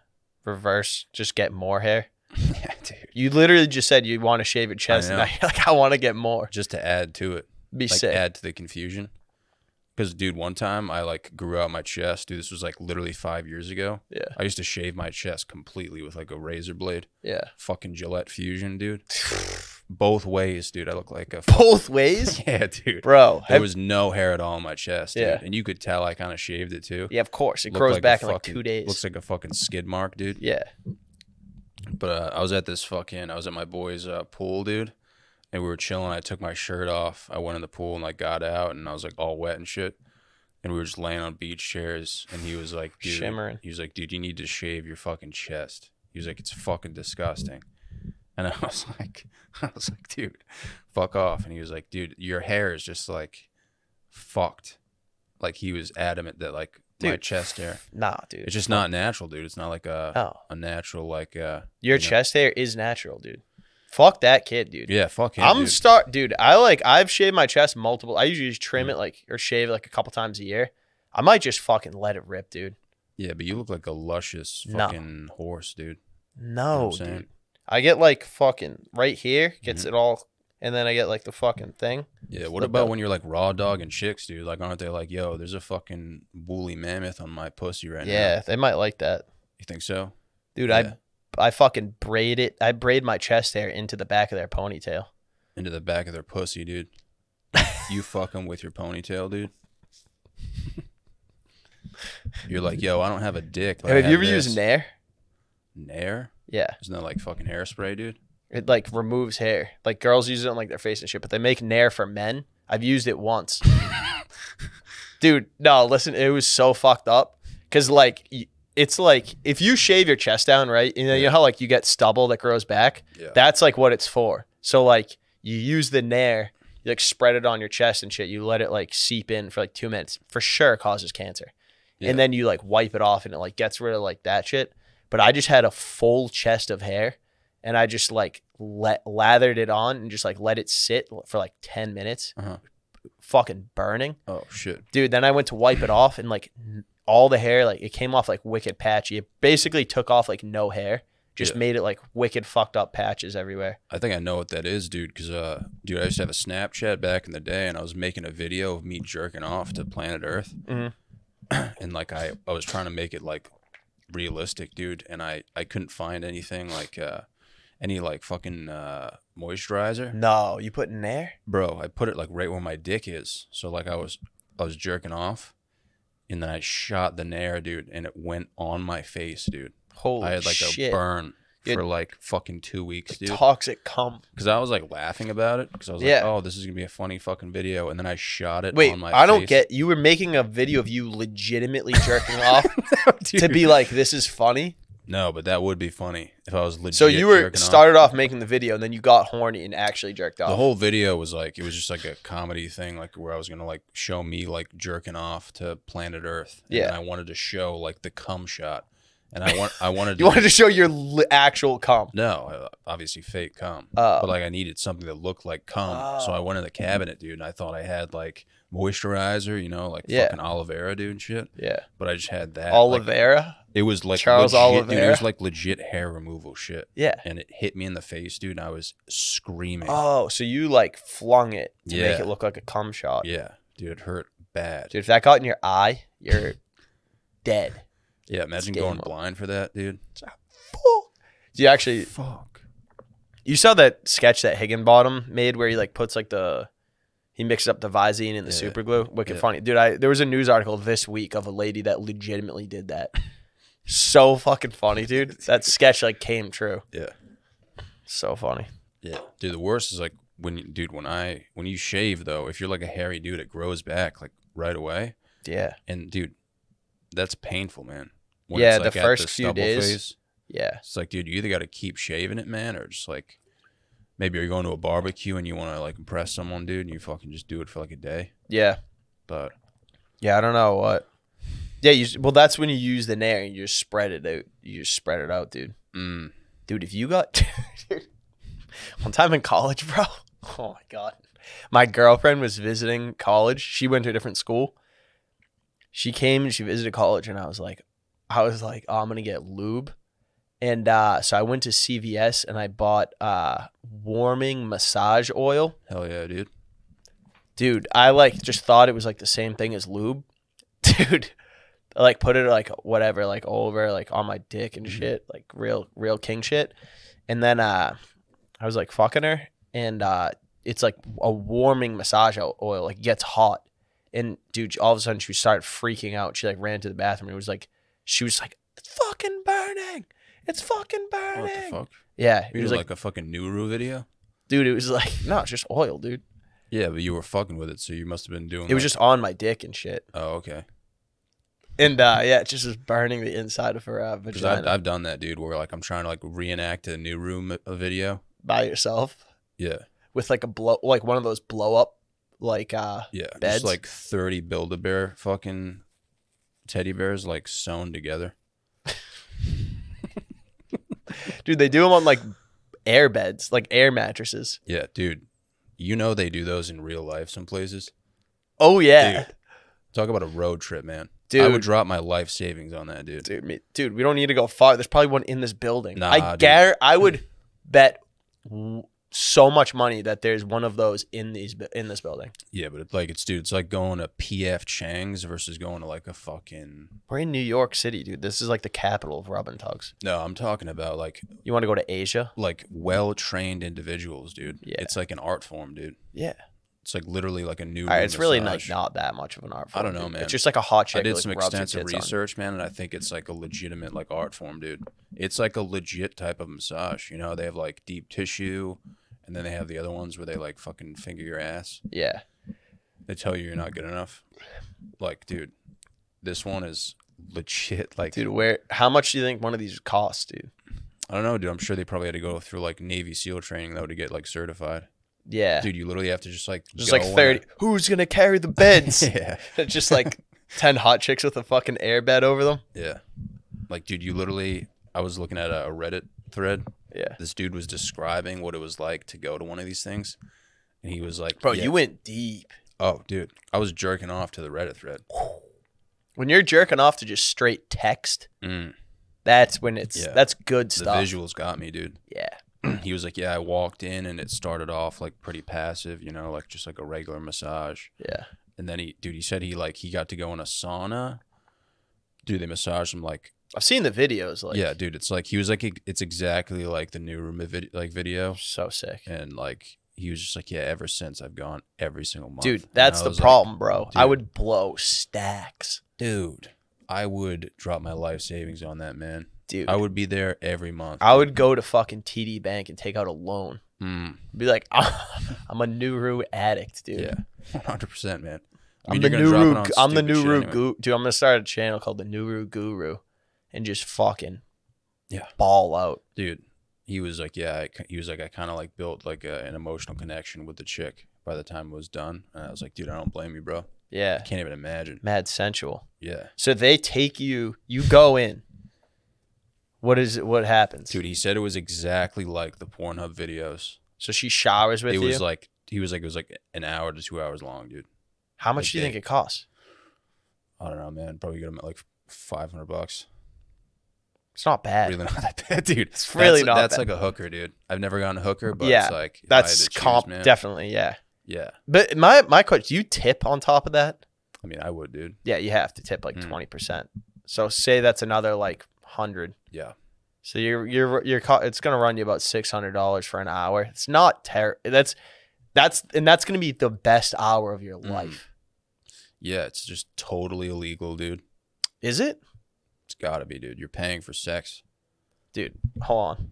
B: reverse. Just get more hair.
A: yeah, dude.
B: You literally just said you want to shave your chest, and
A: know.
B: now you're like, I want to get more.
A: Just to add to it.
B: Be
A: like
B: sick.
A: add to the confusion. Because dude, one time I like grew out my chest. Dude, this was like literally five years ago.
B: Yeah.
A: I used to shave my chest completely with like a razor blade.
B: Yeah.
A: Fucking Gillette Fusion, dude. Both ways, dude. I look like a f-
B: Both ways,
A: yeah, dude.
B: bro.
A: There
B: have-
A: was no hair at all on my chest, dude.
B: Yeah.
A: And you could tell I kind of shaved it too.
B: yeah, of course. It
A: Looked
B: grows
A: like a
B: back in like
A: fucking-
B: two days.
A: Looks like a fucking skid mark, dude.
B: yeah.
A: But uh, I was at this fucking, I was at my boy's uh, pool, dude, and we were chilling. I took my shirt off. I went in the pool and like got out, and I was like all wet and shit. And we were just laying on beach chairs, and he was like, dude,
B: Shimmering.
A: He was like, dude, you need to shave your fucking chest. He was like, it's fucking disgusting. And I was like, I was like, dude, fuck off. And he was like, dude, your hair is just like fucked. Like he was adamant that like my
B: Dude.
A: chest hair,
B: Nah, dude.
A: it's just not natural, dude. It's not like a
B: Oh,
A: a natural like uh you
B: your
A: know.
B: chest hair is natural, dude. Fuck that kid, dude.
A: yeah fuck him.
B: I'm
A: dude.
B: start, dude. I like I've shaved my chest multiple. I usually just trim it like or shave like a couple times a year. I might just fucking let it rip, dude.
A: Yeah, but you look like a luscious
B: No.
A: fucking horse, dude.
B: No,
A: I'm saying?
B: dude. I get like fucking right here, gets
A: Mm-hmm.
B: it all, and then I get like the fucking thing.
A: Yeah, what
B: Look
A: about
B: up.
A: when you're like raw dog and chicks, dude? Like, aren't they like, yo, there's a fucking woolly mammoth on my pussy right now?
B: yeah, they might like that,
A: You think so?
B: dude.
A: Yeah.
B: I I fucking braid it. I braid my chest hair into the back of their ponytail.
A: Into the back of their pussy, dude. you fuck 'em with your ponytail, dude. you're like, yo, I don't have a dick. But I
B: have you ever
A: this."
B: used Nair?
A: Nair?
B: Yeah,
A: Isn't that like fucking hairspray, dude?
B: it like removes hair. Like girls use it on like their face and shit, but they make Nair for men. I've used it once, dude. No, listen, it was so fucked up because like. y- it's like if you shave your chest down, right? You know, you know how like you get stubble that grows back.
A: Yeah.
B: That's like what it's for. So like you use the nair, you like spread it on your chest and shit. You let it like seep in for like two minutes. For sure, it causes cancer.
A: Yeah.
B: And then you like wipe it off and it like gets rid of like that shit. But I just had a full chest of hair, and I just like let lathered it on and just like let it sit for like 10 minutes.
A: Uh-huh.
B: Fucking burning.
A: Oh shit.
B: Dude, then I went to wipe it off and like n- all the hair like it came off like wicked patchy. It basically took off like no hair. Just
A: Yeah.
B: made it like wicked fucked up patches everywhere.
A: I think I know what that is, dude. Because uh, dude, I used to have a Snapchat back in the day, and I was making a video of me jerking off to Planet Earth,
B: Mhm.
A: and like I, I was trying to make it like realistic, dude. And I, I couldn't find anything like uh, any like fucking uh, moisturizer,
B: No, you put in there?
A: bro. I put it like right where my dick is, so like I was, I was jerking off, and then I shot the nair, dude, and it went on my face, dude.
B: Holy
A: I had like
B: shit.
A: a burn.
B: You had-
A: For like fucking two weeks, dude
B: Toxic cum.
A: because I was like laughing about it because I was
B: Yeah.
A: like, "Oh, this is gonna be a funny fucking video," and then I shot it.
B: Wait,
A: on my
B: I don't
A: face.
B: get. You were making a video of you legitimately jerking off to
A: Oh, Dude.
B: be like, this is funny.
A: no, but that would be funny if I was legit.
B: So you were
A: jerking off.
B: started off making the video, and then you got horny and actually jerked off.
A: The whole video was like it was just like a comedy thing, like where I was gonna like show me like jerking off to Planet Earth. and
B: Yeah.
A: then I wanted to show like the cum shot, and I want I wanted to
B: you wanted to show your li- actual cum.
A: no, I- obviously fake cum,
B: Uh,
A: but like I needed something that looked like cum, so
B: Oh.
A: I went in the cabinet, dude, and I thought I had like moisturizer, you know, like
B: Yeah.
A: fucking aloe vera, dude, and shit.
B: yeah,
A: But I just had that like,
B: Oliveira.
A: It was like
B: Charles
A: legit, dude, it
B: Oliveira.
A: was like legit hair removal shit,
B: yeah.
A: and it hit me in the face, dude. And I was screaming.
B: Oh, so you like flung it to
A: Yeah.
B: make it look like a cum shot,
A: Yeah, dude, it hurt bad.
B: dude. If that got in your eye, you're dead.
A: yeah, imagine
B: game
A: going
B: up.
A: blind for that, dude.
B: Do you actually?
A: Fuck.
B: You saw that sketch that Higginbottom made where he like puts like the he mixes up the Visine and the
A: Yeah.
B: super glue. Wicked
A: Yeah.
B: funny. Dude, I there was a news article this week of a lady that legitimately did that. so fucking funny, dude. That sketch like came true.
A: Yeah.
B: So funny.
A: Yeah, dude. The worst is like when, you, dude, when I when you shave though, if you're like a hairy dude, it grows back like right away,
B: Yeah.
A: and dude, that's painful, man.
B: Yeah,
A: it's,
B: the
A: like, at
B: first few
A: stubble
B: days.
A: phase,
B: Yeah.
A: It's like, dude, you either got to keep shaving it, man, or just like maybe you're going to a barbecue and you want to like impress someone, dude, and you fucking just do it for like a day.
B: Yeah.
A: But
B: Yeah, I don't know what. Yeah, you well that's when you use the nair and you just spread it out. You just spread it out, dude.
A: mm,
B: dude if you got dude, one time in college bro oh my god my girlfriend was visiting college she went to a different school she came and she visited college and i was like i was like oh, i'm gonna get lube and uh, so i went to cvs and i bought uh, warming massage oil
A: hell yeah, dude.
B: dude i like just thought it was like the same thing as lube dude I, like put it like whatever like over like on my dick and
A: Mhm.
B: shit like real real king shit and then uh i was like fucking her and uh it's like a warming massage o- oil like it gets hot and dude all of a sudden she started freaking out she like ran to the bathroom and it was like she was like it's fucking burning it's fucking burning
A: What the fuck?
B: yeah
A: You
B: it
A: did
B: was
A: like,
B: like
A: a fucking Nuru video?
B: dude it was like no it's just oil dude
A: Yeah, but you were fucking with it, so you must have been doing.
B: it was
A: like-
B: just on my dick and shit
A: Oh, okay.
B: And uh, yeah, it just was burning the inside of her uh,
A: Because
B: vagina
A: I've, I've done that, dude. Where like I'm trying to like reenact a Nuru m- a video.
B: by yourself
A: Yeah,
B: with like a blow, like one of those blow up, like uh,
A: yeah.
B: Beds?
A: Just like 30 Build-A-Bear fucking teddy bears like sewn together.
B: dude, they do them on like air beds, like air mattresses.
A: Yeah, dude. You know they do those in real life some places.
B: Oh yeah,
A: Dude. Talk about a road trip, man.
B: dude,
A: I would drop my life savings on that, dude.
B: dude, me, dude, we don't need to go far. There's probably one in this building.
A: Nah,
B: I
A: dude.
B: gar, I would bet w- so much money that there's one of those in these bu- in this building.
A: Yeah, but it's like it's dude, it's like going to PF Chang's versus going to like a fucking
B: We're in New York City, dude. This is like the capital of rub and tugs.
A: No, I'm talking about like
B: You want to go to Asia?
A: like well-trained individuals, dude.
B: Yeah.
A: It's like an art form, dude.
B: Yeah.
A: It's like literally like a new
B: All right,
A: room
B: it's really like
A: massage.
B: not that much of an art
A: I
B: form.
A: don't know,
B: dude.
A: man.
B: It's just like a hot
A: I
B: chick. who,
A: did
B: like,
A: some
B: rubs her
A: extensive
B: tits on.
A: research, man, and I think it's like a legitimate like art form, dude. It's like a legit type of massage. You know, they have like deep tissue, and then they have the other ones where they like fucking finger your ass.
B: Yeah,
A: They tell you you're not good enough. Like, dude, this one is legit. Like,
B: dude. Where? How much do you think one of these costs, dude?
A: I don't know, dude. I'm sure they probably had to go through like Navy SEAL training though to get like certified.
B: Yeah,
A: Dude, you literally have to just like
B: just
A: go
B: like
A: on
B: thirty. Who's gonna carry the beds?
A: it. yeah,
B: just like ten hot chicks with a fucking airbed over them.
A: yeah. Like, dude, you literally. I was looking at a Reddit thread
B: Yeah.
A: This dude was describing what it was like to go to one of these things, and he was like,
B: Bro,
A: "Yeah."
B: you went deep.
A: Oh, dude, I was jerking off to the Reddit thread.
B: When you're jerking off to just straight text,
A: Mm,
B: that's when it's
A: Yeah.
B: that's good
A: the
B: stuff.
A: visuals got me, dude.
B: Yeah.
A: he was like, "Yeah, I walked in and it started off like pretty passive, you know, like just like a regular massage."
B: Yeah.
A: And then he, dude, he said he like he got to go in a sauna. Dude, they massaged him like,
B: I've seen the videos like
A: yeah, dude. It's like he was like e- it's exactly like the new room of vid- like video,
B: so sick.
A: and like he was just like, yeah. Ever since I've gone every single month,
B: Dude,
A: And
B: that's
A: I
B: the
A: was like,
B: problem, bro. I
A: dude.
B: would blow stacks.
A: dude. I would drop my life savings on that man.
B: Dude.
A: I would be there every month.
B: I would go to fucking TD Bank and take out a loan.
A: Mm,
B: Be like, I'm a Nuru addict, dude.
A: yeah, one hundred percent, man. I
B: I'm
A: mean,
B: the
A: you're gonna drop it
B: Nuru.
A: on
B: I'm the
A: stupid shit
B: Nuru
A: anyway.
B: guru, dude. I'm gonna start a channel called the Nuru Guru, and just fucking
A: Yeah.
B: ball out.
A: dude he was like yeah I, ki- he was like i kind of like built like a, an emotional connection with the chick by the time it was done and i was like dude i don't blame you bro i
B: Yeah,
A: can't even imagine
B: mad sensual.
A: yeah
B: So they take you. You go in. What is it? What happens?
A: dude he said it was exactly like the pornhub videos
B: So she showers with
A: it
B: you.
A: was like he was like it was like an hour to two hours long dude
B: How much
A: like
B: do you
A: they-
B: think it costs?
A: i don't know man probably got him at like 500 bucks
B: It's not bad.
A: really not that bad dude
B: It's really
A: that's,
B: not
A: that's
B: bad.
A: like a hooker dude i've never gotten a hooker but
B: Yeah,
A: it's like if I had to
B: That's
A: choose,
B: comp.
A: man,
B: Definitely, yeah.
A: yeah
B: But my my question: You tip on top of that?
A: i mean i would dude
B: Yeah, you have to tip like
A: Mm.
B: twenty percent. So say that's another like hundred.
A: yeah
B: So you're you're you're co- it's gonna run you about six hundred dollars for an hour. It's not ter That's that's and that's gonna be the best hour of your
A: Mm.
B: life.
A: yeah it's just totally illegal dude
B: Is it,
A: it's gotta be dude you're paying for sex
B: dude? Hold on.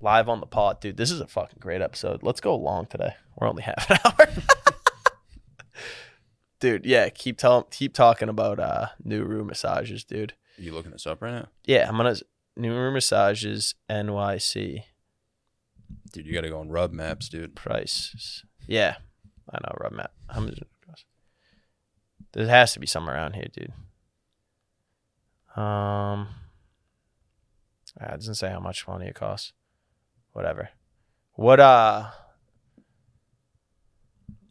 B: Live on the pod, dude. This is a fucking great episode. Let's go long today. We're only half an hour. dude, yeah. Keep telling, keep talking about uh new room massages, dude.
A: You looking this up right now?
B: Yeah, I'm gonna new room massages NYC
A: Dude, you gotta go on rub maps, dude.
B: price. Yeah, I know. Rub map. How much? does it cost? There has to be some around here, dude. Um, ah, it doesn't say how much money it costs. Whatever. What uh?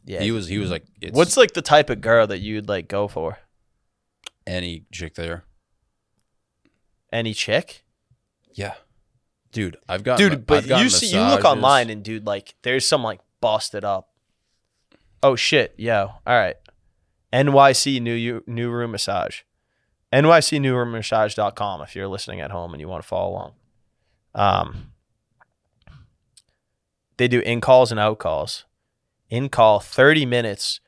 B: Yeah.
A: He was he was like it's
B: What's
A: What's
B: like the type of girl that you'd like go for?
A: any chick there.
B: Any chick,
A: Yeah. Dude, I've got
B: dude. But you see, you look online and dude, like there's some like busted up. Oh shit, yo. All right. NYC new U- new room massage. NYC new room massage.com if you're listening at home and you want to follow along. Um they do in calls and out calls. In call 30 minutes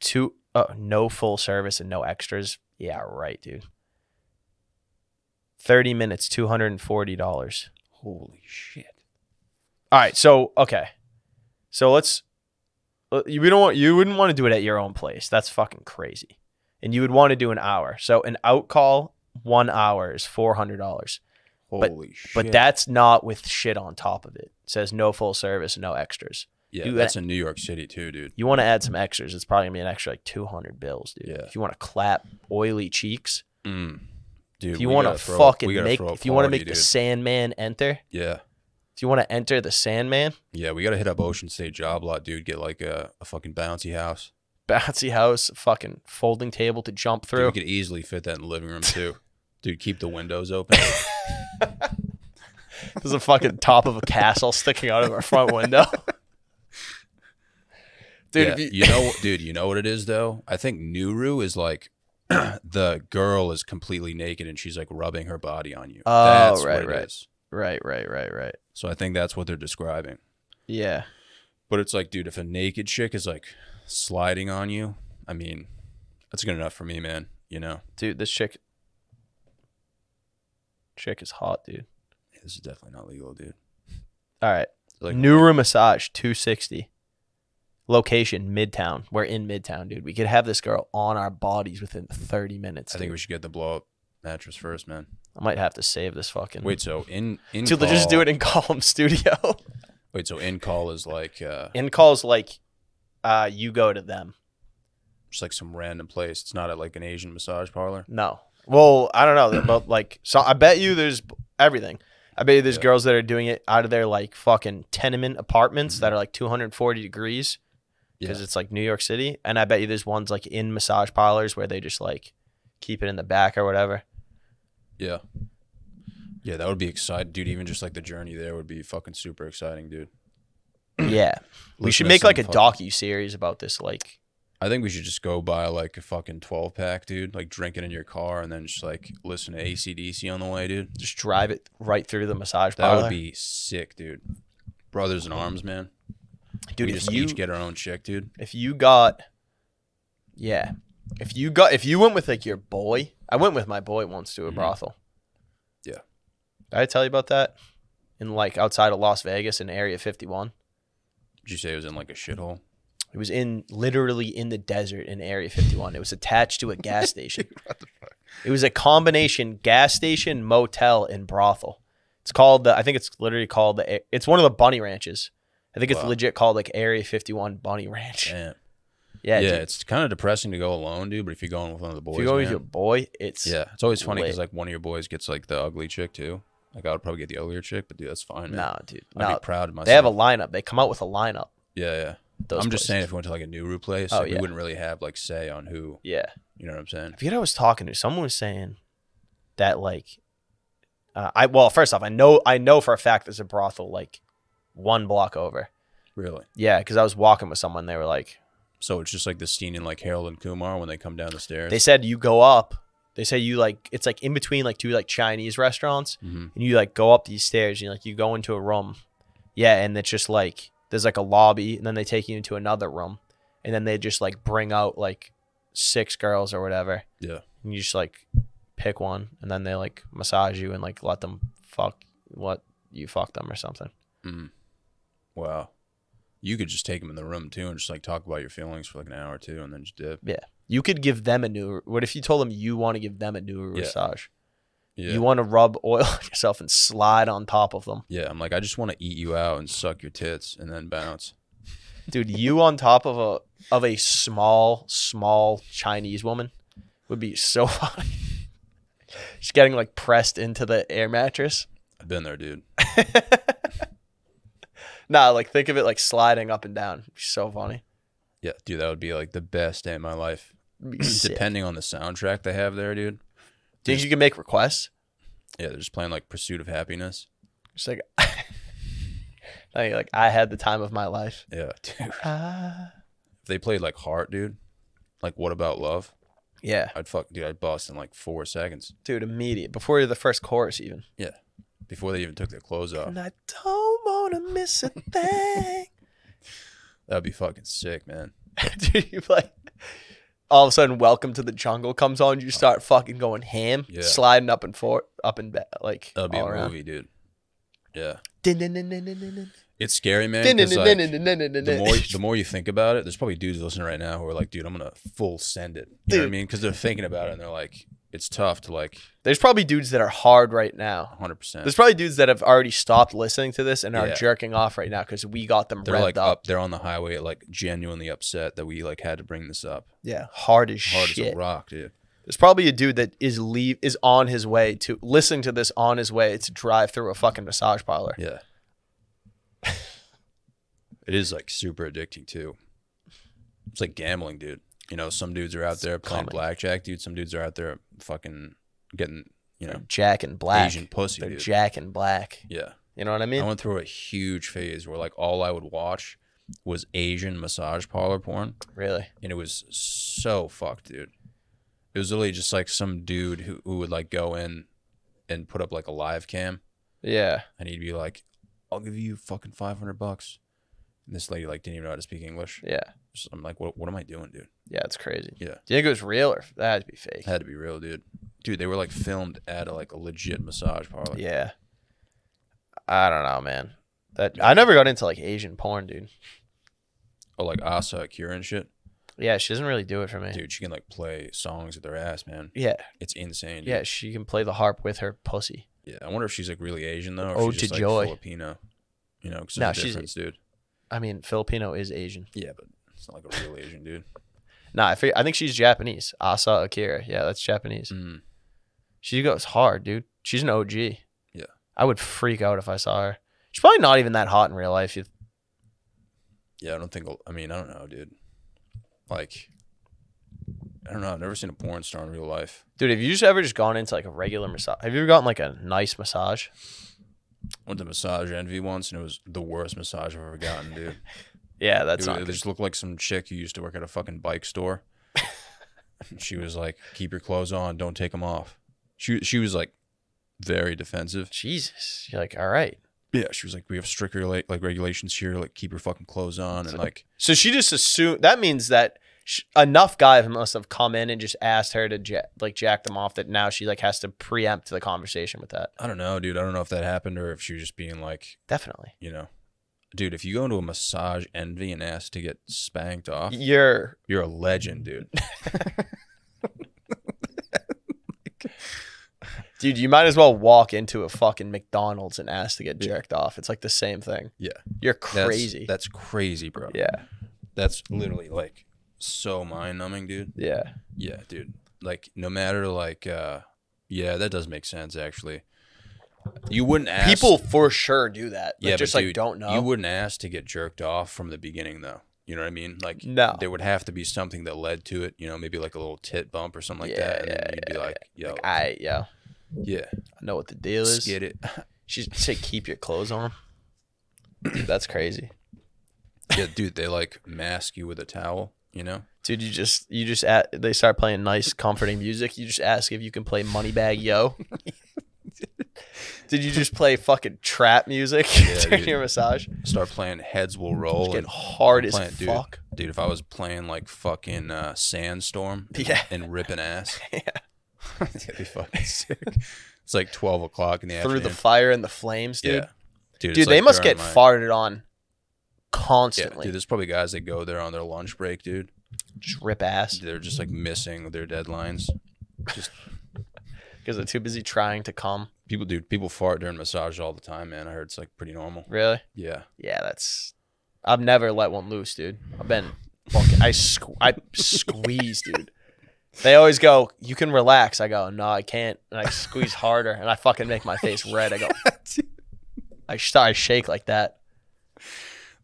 B: to oh, no full service and no extras. Yeah, right, dude. 30 minutes, $240.
A: Holy shit.
B: All right, so okay, so let's. uh, You we don't want you wouldn't want to do it at your own place. That's fucking crazy, and you would want to do an hour. So an out call one hour is four hundred dollars, But-
A: Holy shit.
B: but that's not with shit on top of it. It says no full service, no extras.
A: Yeah,
B: dude,
A: that's in New York City too, dude.
B: You want to add some extras? It's probably gonna be an extra like two hundred bills, dude.
A: Yeah.
B: If you want to clap oily cheeks,
A: Mm. Dude,
B: if you
A: we
B: want to
A: gotta throw a-
B: fucking
A: we gotta
B: make,
A: throw a
B: if you want to
A: party,
B: make the
A: dude.
B: Sandman enter,
A: Yeah.
B: if you want to enter the Sandman,
A: Yeah, we gotta hit up Ocean State Job Lot, dude. Get like a, a fucking bouncy house.
B: bouncy house, fucking folding table to jump
A: Dude,
B: through.
A: we could easily fit that in the living room too. dude, keep the windows open.
B: There's a fucking top of a castle sticking out of our front window. Dude,
A: yeah,
B: if you,
A: you know, dude, you know what it is though. I think Nuru is like the girl is completely naked and she's like rubbing her body on you.
B: Oh,
A: that's
B: right,
A: what it
B: right.
A: is.
B: right, right, right, right.
A: So I think that's what they're describing.
B: Yeah.
A: But it's like, dude, if a naked chick is like sliding on you, I mean, that's good enough for me, man. You know,
B: Dude, this chick chick is hot, dude.
A: this is definitely not legal, dude.
B: All right.
A: Like,
B: New room massage 260. Location Midtown. We're in Midtown, dude. We could have this girl on our bodies within 30 minutes.
A: I think
B: dude.
A: we should get the blow up mattress first, man.
B: I might have to save this fucking
A: Wait, so in in
B: Dude,
A: call,
B: let's just do it in Column Studio.
A: Wait, so in call is like uh,
B: in calls like uh you go to them.
A: just like some random place. It's not at like an Asian massage parlor.
B: No. Well, I don't know, but like, so I bet you there's everything. I bet you there's
A: Yeah.
B: girls that are doing it out of their like fucking tenement apartments that are like 240 degrees because
A: Yeah.
B: it's like New York City. And I bet you there's ones like in massage parlors where they just like keep it in the back or whatever.
A: Yeah. Yeah, that would be exciting, dude. Even just like the journey there would be fucking super exciting, dude.
B: yeah. We
A: Listen
B: should
A: to
B: make
A: some
B: like a
A: fucking-
B: docu series about this. Like,
A: I think we should just go buy like a fucking 12 pack, dude. Like drink it in your car and then just like listen to ACDC on the way, dude.
B: just drive it right through the massage
A: That
B: parlor.
A: would be sick, dude. Brothers in arms, man.
B: Dude,
A: we
B: if
A: just
B: you
A: each get our own chick, dude.
B: if you got yeah if you got if you went with like your boy i went with my boy once to a
A: Mhm.
B: brothel
A: Yeah.
B: did i tell you about that in like outside of las vegas in area 51
A: Did you say it was in like a shithole?
B: it was in literally in the desert in area 51 it was attached to a gas station
A: what the fuck?
B: it was a combination gas station motel and brothel it's called the i think it's literally called the it's one of the bunny ranches i think it's
A: Wow.
B: legit called like area 51 bunny ranch
A: Damn.
B: yeah,
A: Yeah,
B: dude.
A: it's kind of depressing to go alone, dude. But if you're going with one of the boys,
B: if you go with
A: man,
B: your boy it's
A: yeah, it's always funny because
B: lit.
A: like one of your boys gets like the ugly chick too. Like I would probably get the uglier chick, but dude, that's fine, man.
B: No, dude.
A: I'd
B: No,
A: be proud of myself.
B: they have a lineup. They come out with a lineup.
A: yeah, yeah.
B: Those
A: I'm just saying,
B: places.
A: if we went to like a Nuru place,
B: Oh,
A: like,
B: yeah.
A: we wouldn't really have like say on who.
B: Yeah.
A: You know what I'm saying?
B: I forget I was talking to someone was saying that like uh, I well first off I know I know for a fact there's a brothel like one block over.
A: Really?
B: Yeah, because I was walking with someone. They were like
A: So it's just like the scene in like Harold and Kumar when they come down the stairs.
B: they said you go up. They say you like it's like in between like two like Chinese restaurants
A: hmm
B: and you like go up these stairs and like you go into a room. Yeah, and it's just like there's like a lobby and then they take you into another room and then they just like bring out like six girls or whatever.
A: Yeah.
B: And you just like pick one and then they like massage you and like let them fuck what you fuck them or something.
A: Mm. Wow. You could just take them in the room too and just like talk about your feelings for like an hour or two and then just dip.
B: You could give them a new what if you told them you want to give them a new
A: Yeah.
B: massage?
A: Yeah.
B: You want to rub oil on yourself and slide on top of them.
A: yeah. I'm like, I just want to eat you out and suck your tits and then bounce.
B: Dude, you on top of a of a small, small Chinese woman would be so funny. She's getting like pressed into the air mattress.
A: I've been there, dude.
B: Nah, like think of it like sliding up and down. It'd be so funny.
A: Yeah, dude, that would be like the best day of my life.
B: It'd be sick.
A: Depending on the soundtrack they have there, dude.
B: Do you think you can make requests?
A: Yeah, they're just playing like Pursuit of Happiness.
B: It's like, like, like I had the time of my life.
A: Yeah, dude.
B: Ah.
A: If they played like Heart, dude, like What About Love,
B: Yeah,
A: I'd fuck, dude, I'd bust in like four seconds
B: dude, immediate before the first chorus even.
A: before they even took their clothes off.
B: And I don't wanna miss a thing.
A: That'd be fucking sick, man.
B: dude, you like all of a sudden "Welcome to the Jungle" comes on, you start fucking going ham,
A: Yeah.
B: sliding up and forth, up and back, like
A: That'd be
B: all
A: a
B: around.
A: movie, dude. Yeah.
B: Din-din-din-din-din-din.
A: It's scary, man. 'cause, like, the
B: Din-din-din-din-din-din-din.
A: more the more you think about it, there's probably dudes listening right now who are like, dude, I'm gonna full send it. You know what I
B: Dude.
A: mean? Because they're thinking about it and they're like, it's tough to like
B: There's probably dudes that are hard right now.
A: 100. percent
B: There's probably dudes that have already stopped listening to this and are
A: Yeah.
B: jerking off right now because we got them
A: They're
B: revved
A: like
B: up.
A: up. They're on the highway, like genuinely upset that we like had to bring this up.
B: Yeah, hard as
A: Hard
B: shit.
A: as a rock, dude.
B: There's probably a dude that is leave is on his way to listening to this on his way to drive through a fucking massage parlor.
A: Yeah. it is like super addicting too. It's like gambling, dude. You know, some dudes are out
B: It's
A: there playing
B: common.
A: blackjack, dude. Some dudes are out there fucking getting, you know,
B: Jack and black.
A: Asian pussy,
B: They're
A: dude.
B: Jack and black.
A: yeah.
B: You know what I mean?
A: I went through a huge phase where like all I would watch was Asian massage parlor porn,
B: Really?
A: and it was so fucked, dude. It was literally just like some dude who, who would like go in and put up like a live cam,
B: Yeah.
A: and he'd be like, "I'll give you fucking five hundred bucks." And this lady like didn't even know how to speak English.
B: Yeah.
A: So I'm like, "What? What am I doing, dude?"
B: Yeah, it's crazy.
A: Yeah.
B: Do you think it was real or that'd be fake?
A: It had to be real, dude. Dude, they were like filmed at a, like a legit massage parlor.
B: Yeah. I don't know, man. That I never got into like Asian porn, dude.
A: or Oh, like Asa Akira and shit.
B: Yeah, she doesn't really do it for me.
A: Dude, she can like play songs with her ass, man.
B: Yeah.
A: It's insane. Dude.
B: Yeah, she can play the harp with her pussy.
A: Yeah, I wonder if she's like really Asian though, or
B: Ode
A: if she's
B: to
A: just like
B: Joy.
A: Filipino. You know, 'cause
B: No,
A: there's a
B: Oh, she's-
A: difference, dude.
B: I mean, Filipino is Asian.
A: Yeah, but it's not like a real Asian dude.
B: Nah, I fig- I think she's Japanese. Asa Akira. Yeah, that's Japanese.
A: Mm.
B: She goes hard, dude. She's an OG.
A: Yeah.
B: I would freak out if I saw her. She's probably not even that hot in real life. You-
A: Yeah, I don't think. I mean, I don't know, dude. Like, I don't know. I've never seen a porn star in real life.
B: Dude, have you just ever just gone into like a regular massage? Have you ever gotten like a nice massage?
A: Went to massage envy once, and it was the worst massage I've ever gotten, dude.
B: Yeah, that's
A: it,
B: not.
A: it
B: good.
A: just looked like some chick who used to work at a fucking bike store. And she was like, "Keep your clothes on. Don't take them off." She she was like, very defensive.
B: Jesus, you're like, all right.
A: Yeah, she was like, "We have strict rela- like regulations here. Like, keep your fucking clothes on." And
B: So-
A: like,
B: So she just assumed that means that sh enough guys must have come in and just asked her to ja- like jack them off. That now she like has to preempt the conversation with that.
A: I don't know, dude. I don't know if that happened or if she was just being like,
B: Definitely,
A: you know, dude. If you go into a massage envy and ask to get spanked off,
B: you're
A: You're a legend, dude.
B: Dude, you might as well walk into a fucking McDonald's and ask to get jerked off. It's like the same thing.
A: Yeah.
B: You're
A: That's,
B: crazy.
A: That's crazy, bro.
B: yeah.
A: That's
B: Mm.
A: literally like so mind numbing, dude.
B: Yeah.
A: Yeah, dude. Like no matter like uh yeah, that does make sense actually. You wouldn't ask
B: People for sure do that. Like,
A: yeah,
B: just
A: but
B: like
A: dude,
B: don't know.
A: You wouldn't ask to get jerked off from the beginning though. You know what I mean? Like
B: No.
A: there would have to be something that led to it, you know, maybe like a little tit bump or something like
B: Yeah,
A: that. And then
B: yeah,
A: you'd be like, yo,
B: Like, I yeah.
A: yeah,
B: I know what the deal
A: let's
B: is.
A: get it.
B: She said keep your clothes on. Dude, that's crazy.
A: yeah, dude, they like mask you with a towel, you know?
B: Dude, you just you just at, they start playing nice comforting music. You just ask if you can play Moneybag Yo. Did you just play fucking trap music
A: Yeah,
B: during
A: dude.
B: your massage?
A: Start playing heads will roll.
B: Just get
A: and-
B: hard
A: I'm
B: as
A: playing, dude.
B: fuck.
A: Dude, if I was playing like fucking uh, Sandstorm and,
B: Yeah.
A: and ripping ass,
B: Yeah.
A: that'd be fucking sick. It's like 12 o'clock in the
B: through the
A: afternoon.
B: fire and the flames, dude.
A: yeah. Dude,
B: Dude,
A: it's,
B: they
A: like,
B: must
A: during
B: get
A: my-
B: farted on
A: Yeah,
B: constantly.
A: dude, there's probably guys that go there on their lunch break, dude.
B: just rip ass
A: They're just like missing their deadlines. Just
B: because they're too busy trying to come.
A: people, dude, people fart during massage all the time, man. I heard it's like pretty normal.
B: Really?
A: Yeah.
B: Yeah, that's. I've never let one loose, dude. I've been fucking. I squ- I squeeze, dude. They always go, "You can relax." I go, "No, I can't." And I squeeze harder, and I fucking make my face red. I go, I start, I shake like that,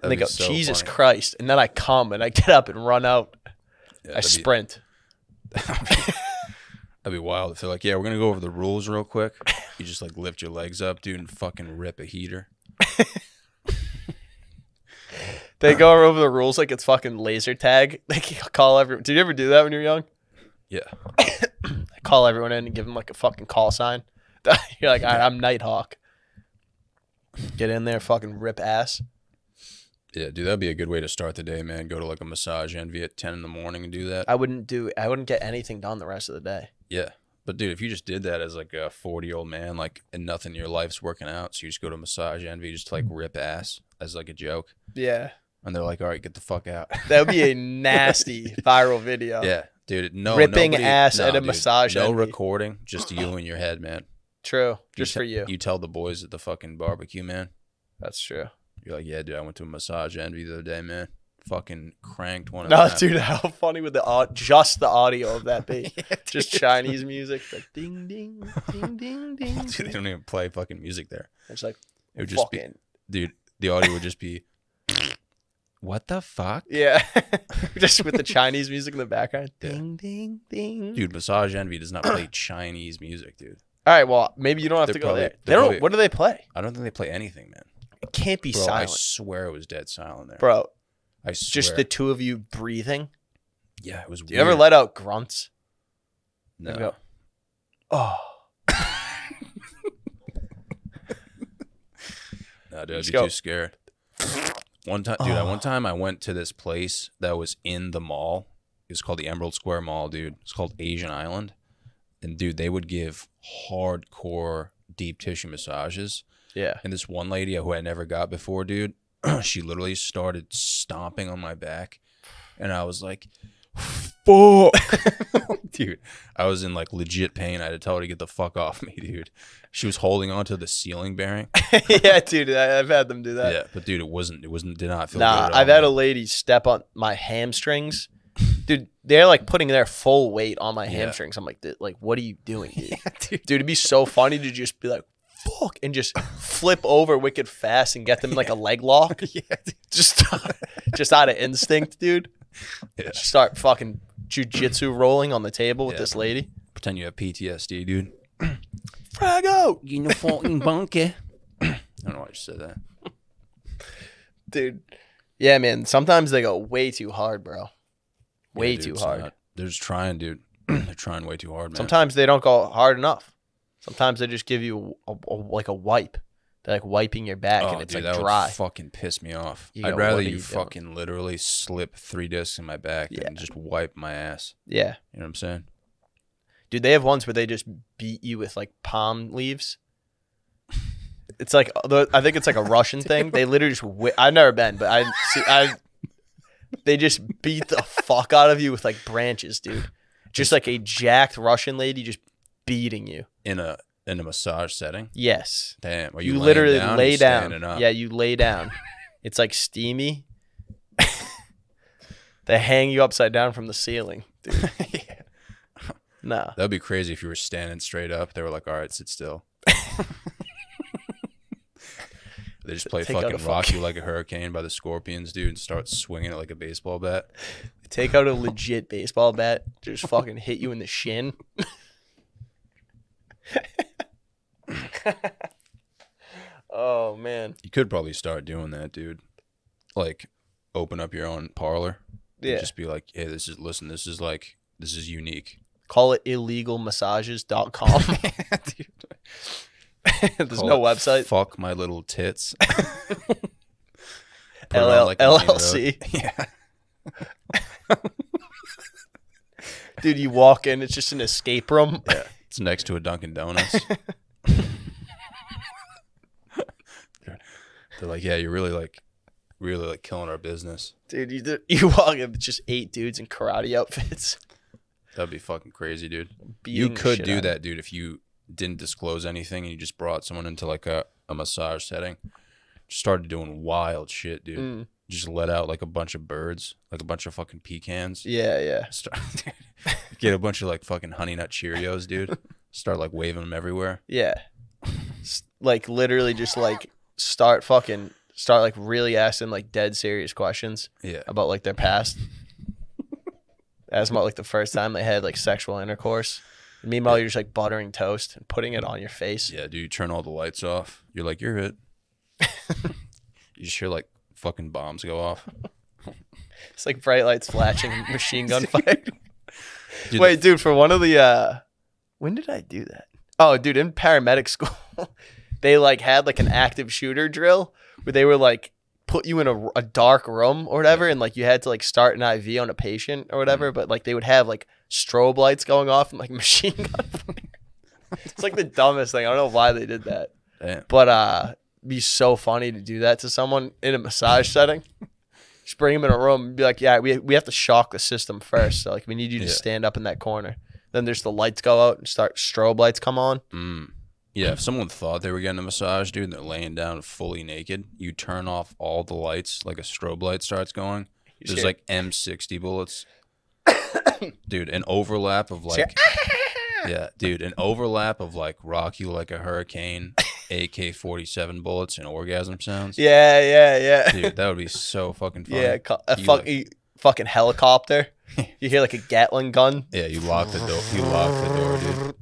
B: and they
A: That'd be
B: go,
A: so
B: "Jesus
A: funny.
B: Christ!" And then I come, and I get up and run out.
A: Yeah,
B: I
A: that'd be-
B: sprint.
A: That'd be wild if they're like, yeah, we're gonna go over the rules real quick. You just like lift your legs up, dude, and fucking rip a heater.
B: They go over the rules like it's fucking laser tag. They call everyone. Did you ever do that when you were young?
A: Yeah.
B: I call everyone in and give them like a fucking call sign. You're like, all right, I'm Nighthawk. Get in there, fucking rip ass.
A: Yeah, dude, that'd be a good way to start the day, man. Go to like a massage envy at ten in the morning and do that.
B: I wouldn't do. I wouldn't get anything done the rest of the day.
A: yeah. But dude, if you just did that as like a forty year old man, like and nothing in your life's working out, so you just go to massage envy just to like
B: Mm.
A: rip ass as like a joke.
B: Yeah,
A: And they're like, All right, get the fuck out.
B: that would be a nasty viral video.
A: yeah. Dude, no
B: Ripping
A: nobody-
B: ass
A: no,
B: at a
A: dude,
B: massage
A: No
B: envy.
A: recording, just you and your head, man.
B: true. Just
A: te-
B: for you.
A: You tell the boys at the fucking barbecue, man.
B: That's true.
A: You're like, yeah, dude, I went to a massage envy the other day, man. Fucking cranked one of
B: No,
A: them.
B: dude, how funny would the au- just the audio of that be? just Chinese music, like ding ding ding ding ding.
A: Dude, they
B: ding.
A: don't even play fucking music there.
B: It's like
A: It would just be,
B: fucking
A: dude, the audio would just be, what the fuck?
B: yeah, just with the Chinese music in the background.
A: Yeah.
B: Ding ding ding.
A: Dude, Massage Envy does not play Chinese music, dude.
B: All right, well, maybe you don't have
A: They're
B: to go
A: probably-
B: there. They
A: they're
B: don't.
A: probably-
B: what do they play?
A: I don't think they play anything, man.
B: It can't be
A: Bro, I
B: silent,
A: swear it was dead silent there.
B: bro.
A: I swear.
B: Just the two of you breathing.
A: yeah, it was
B: Do you ever
A: weird.
B: let out grunts?
A: No.
B: They go, oh,
A: No, dude, I'd
B: Just
A: be
B: go-
A: too scared. One time, dude, I, one time I went to this place that was in the mall. It was called the Emerald Square Mall, dude. It's called Asian Island. And dude, they would give hardcore deep tissue massages.
B: yeah.
A: And this one lady who I never got before, dude, she literally started stomping on my back. And I was like, fuck. dude, I was in like legit pain. I had to tell her to get the fuck off me, dude. She was holding onto the ceiling bearing.
B: yeah, dude, I, I've had them do that.
A: yeah, but dude, it wasn't. It wasn't. Did not feel.
B: Nah,
A: good at
B: I've
A: all,
B: had a
A: man.
B: lady step on my hamstrings. Dude, they're like putting their full weight on my
A: Yeah.
B: hamstrings. I'm like, "Dude, like, what are you doing, dude? dude? it'd be so funny to just be like, fuck, and just flip over wicked fast and get them in like a leg lock,
A: yeah, dude.
B: just just out of instinct, dude.
A: Yeah.
B: Start fucking jujitsu rolling on the table with
A: Yeah.
B: this lady.
A: Pretend you have PTSD, dude.
B: Frag out,
A: You know, fucking bunker. I don't know why I just said that.
B: dude. Yeah, man. Sometimes they go way too hard, bro. Way
A: Yeah, dude,
B: too
A: it's
B: hard.
A: not- they're just trying, dude. they're trying way too hard, man.
B: Sometimes they don't go hard enough. Sometimes they just give you a, a- like a wipe. They're like wiping your back and it's like
A: Oh, that
B: dry.
A: would fucking piss me off.
B: You
A: I'd
B: go,
A: rather
B: "What are
A: you,
B: you doing?"
A: fucking literally slip three discs in my back
B: Yeah.
A: than just wipe my ass.
B: yeah.
A: You know what I'm saying?
B: Dude, they have ones where they just beat you with like palm leaves. It's like uh, the- I think it's like a Russian thing. They literally just whi I've never been, but I see I they just beat the fuck out of you with like branches, dude. Just like a jacked Russian lady just beating you.
A: In a in a massage setting.
B: Yes.
A: Damn. Are
B: you,
A: you, laying
B: literally
A: down or
B: lay
A: you
B: down.
A: standing Up?
B: Yeah, you lay down. it's like steamy. they hang you upside down from the ceiling.
A: yeah.
B: No.
A: That'd be crazy if you were standing straight up. They were like, "All right, sit still." they just play
B: Take out
A: fucking
B: a
A: "Rock
B: fucking-
A: You Like a Hurricane" by the Scorpions, dude, and start swinging it like a baseball bat.
B: Take out a legit baseball bat, just fucking hit you in the shin. oh man.
A: You could probably start doing that, dude. Like, open up your own parlor. and
B: Yeah.
A: Just be like, "Hey, this is listen. This is like this is unique."
B: Call it illegalmassages.com.
A: Dude,
B: There's
A: call
B: no
A: it
B: website.
A: Fuck my little tits. Put it on,
B: LL,
A: like, a main road.
B: LLC.
A: Yeah.
B: Dude, you walk in, it's just an escape room.
A: It's next to a Dunkin' Donuts. They're like, yeah, you're really like, really like killing our business.
B: Dude, you, you walk in, it's just eight dudes in karate outfits.
A: That'd be fucking crazy, dude. you
B: beating the
A: could
B: shit
A: do
B: out
A: that, dude, if you didn't disclose anything and you just brought someone into like a, a massage setting. Just started doing wild shit,
B: of
A: dude.
B: them. Mm,
A: Just let out like a bunch of birds, like a bunch of fucking pecans.
B: yeah, yeah.
A: Start, get a bunch of like fucking honey nut Cheerios, dude. Start like waving them everywhere.
B: Yeah. S- like literally just like start fucking start like really asking like dead serious questions
A: Yeah.
B: about like their past. As about like the first time they had like sexual intercourse. Meanwhile, you're just like buttering toast and putting it on your face.
A: Yeah, dude, you turn all the lights off. You're like, you're it. you just hear like fucking bombs go off.
B: It's like bright lights flashing, and machine gun fire.
A: Dude,
B: Wait, dude, for one of the uh when did I do that? Oh, dude, in paramedic school, they like had like an active shooter drill where they were like put you in a, a dark room or whatever and like you had to like start an IV on a patient or whatever, but like they would have like strobe lights going off and like machine gun fire. It's like the dumbest thing. I don't know why they did that.
A: Damn.
B: But uh it'd be so funny to do that to someone in a massage setting. Just bring him in a room and be like, Yeah, we, we have to shock the system first. So like we need you to
A: Yeah.
B: stand up in that corner. Then there's the lights go out and start strobe lights come on.
A: Mm. Yeah, if someone thought they were getting a massage, dude, and they're laying down fully naked, you turn off all the lights, like a strobe light starts going.
B: You
A: There's
B: see-
A: like M60 bullets. dude, an overlap of
B: See-
A: like, yeah, dude, an overlap of like rock you like a hurricane, AK 47 bullets, and orgasm sounds.
B: Yeah, yeah, yeah.
A: Dude, that would be so fucking funny.
B: yeah, co- a
A: You,
B: fuck,
A: like-
B: you- fucking helicopter. you hear like a Gatling gun.
A: Yeah, you lock the door. You lock the door, dude.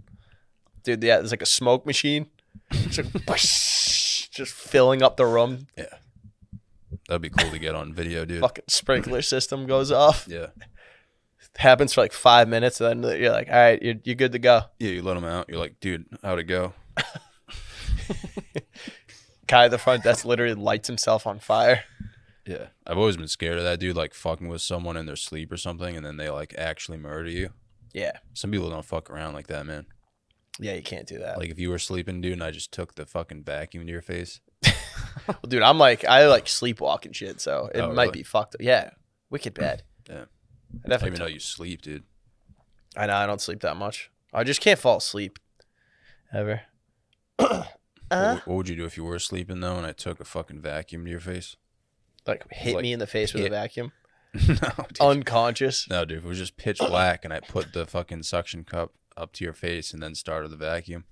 B: Dude, yeah, there's like a smoke machine. It's like, just filling up the room.
A: That'd be cool to get on video, dude.
B: Fucking sprinkler system goes off.
A: Yeah,
B: happens for like five minutes, and then you're like, all right, you're, you're good to go.
A: yeah. You let them out. You're like, dude, how'd it go?
B: Guy at the front desk literally lights himself on fire.
A: Yeah, I've always been scared of that dude, like fucking with someone in their sleep or something, and then they like actually murder you.
B: Yeah.
A: Some people don't fuck around like that, man.
B: Yeah, you can't do that.
A: Like if you were sleeping, dude, and I just took the fucking vacuum to your face.
B: well, dude, I'm like, I like sleepwalk and shit, so it
A: Oh,
B: might
A: really?
B: be fucked up. Yeah. Wicked bad.
A: Yeah.
B: I
A: I don't
B: definitely
A: even know you sleep, dude.
B: I know, I don't sleep that much. I just can't fall asleep ever.
A: What
B: Uh,
A: would- What would you do if you were sleeping though, and I took a fucking vacuum to your face?
B: like hit
A: like,
B: me in the face with a
A: hit-
B: vacuum.
A: no, dude.
B: Oh. Unconscious.
A: no, dude. If it was just pitch black, and I put the fucking suction cup up to your face, and then started the vacuum.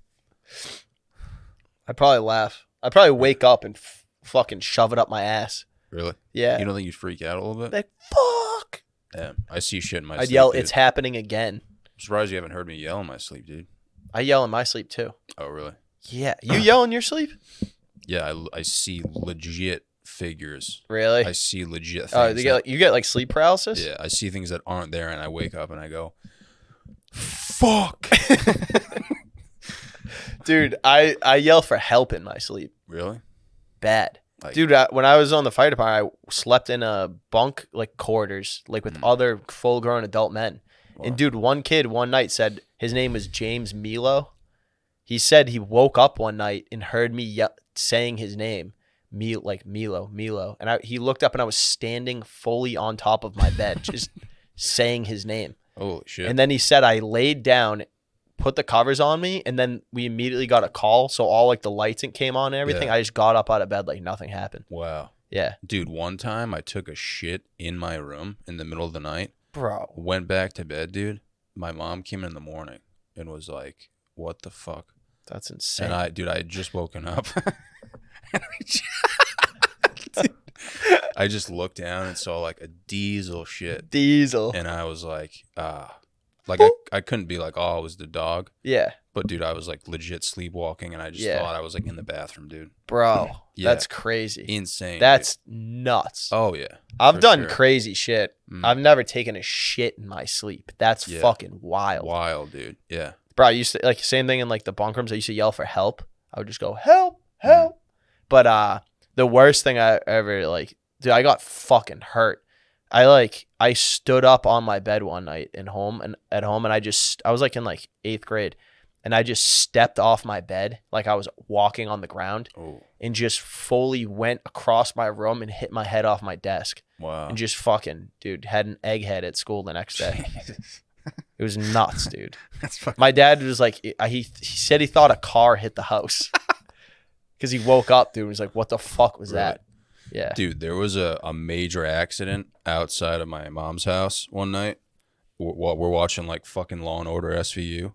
B: I I'd probably laugh. I'd probably wake up and f- fucking shove it up my ass.
A: Really?
B: Yeah.
A: You don't think you'd freak out a little bit?
B: like fuck.
A: Yeah. I see shit in my
B: I'd
A: sleep.
B: yell,
A: dude.
B: "It's happening again."
A: I'm surprised you haven't heard me yell in my sleep, dude.
B: I yell in my sleep too.
A: Oh, really?
B: Yeah. You yell in your sleep?
A: Yeah, I, I see legit figures.
B: Really?
A: I see legit things.
B: Oh, you get like, you get like sleep
A: that-
B: paralysis?
A: yeah, I see things that aren't there, and I wake up and I go, fuck.
B: Dude, I I yell for help in my sleep.
A: really?
B: Bad.
A: Like-
B: Dude, I, when I was on the fire department, I slept in a bunk like corridors, like with
A: Mm.
B: other full-grown adult men.
A: Wow.
B: And dude, one kid one night said his name was James Milo. He said he woke up one night and heard me ye- saying his name, me like Milo, Milo, and I, he looked up and I was standing fully on top of my bed, just saying his name.
A: Holy shit.
B: And then he said I laid down, put the covers on me, and then we immediately got a call. So all like the lights and came on and everything.
A: Yeah.
B: I just got up out of bed like nothing happened.
A: wow.
B: Yeah,
A: Dude, one time I took a shit in my room in the middle of the night,
B: bro.
A: went back to bed, dude. My mom came in the morning and was like, what the fuck?
B: That's insane.
A: And I, dude, I had just woken up. And I ju- I just looked down and saw like a diesel shit.
B: Diesel.
A: And I was like, ah. Like, I, I couldn't be like, oh, it was the dog.
B: Yeah,
A: But, dude, I was like legit sleepwalking and I just
B: Yeah.
A: thought I was like in the bathroom, dude.
B: bro.
A: Yeah.
B: That's crazy.
A: Insane. dude.
B: That's nuts.
A: oh, yeah. for
B: I've done
A: sure.
B: crazy shit.
A: Mm.
B: I've never taken a shit in my sleep. That's
A: Yeah.
B: fucking wild.
A: Wild, dude. Yeah.
B: Bro, I used to like same thing in like the bunk rooms. I used to yell for help. I would just go, help, help. But uh the worst thing I ever like, dude, I got fucking hurt. I like I stood up on my bed one night in home and at home and I just I was like in like eighth grade and I just stepped off my bed like I was walking on the ground
A: Oh,
B: and just fully went across my room and hit my head off my desk.
A: wow.
B: and just fucking dude had an egghead at school the next day. It was nuts, dude.
A: That's fucking.
B: My dad was like, he he said he thought a car hit the house because he woke up, dude. And was like, what the fuck was that? Yeah,
A: Dude, there was a, a major accident outside of my mom's house one night. W- While we're watching like fucking Law and Order SVU,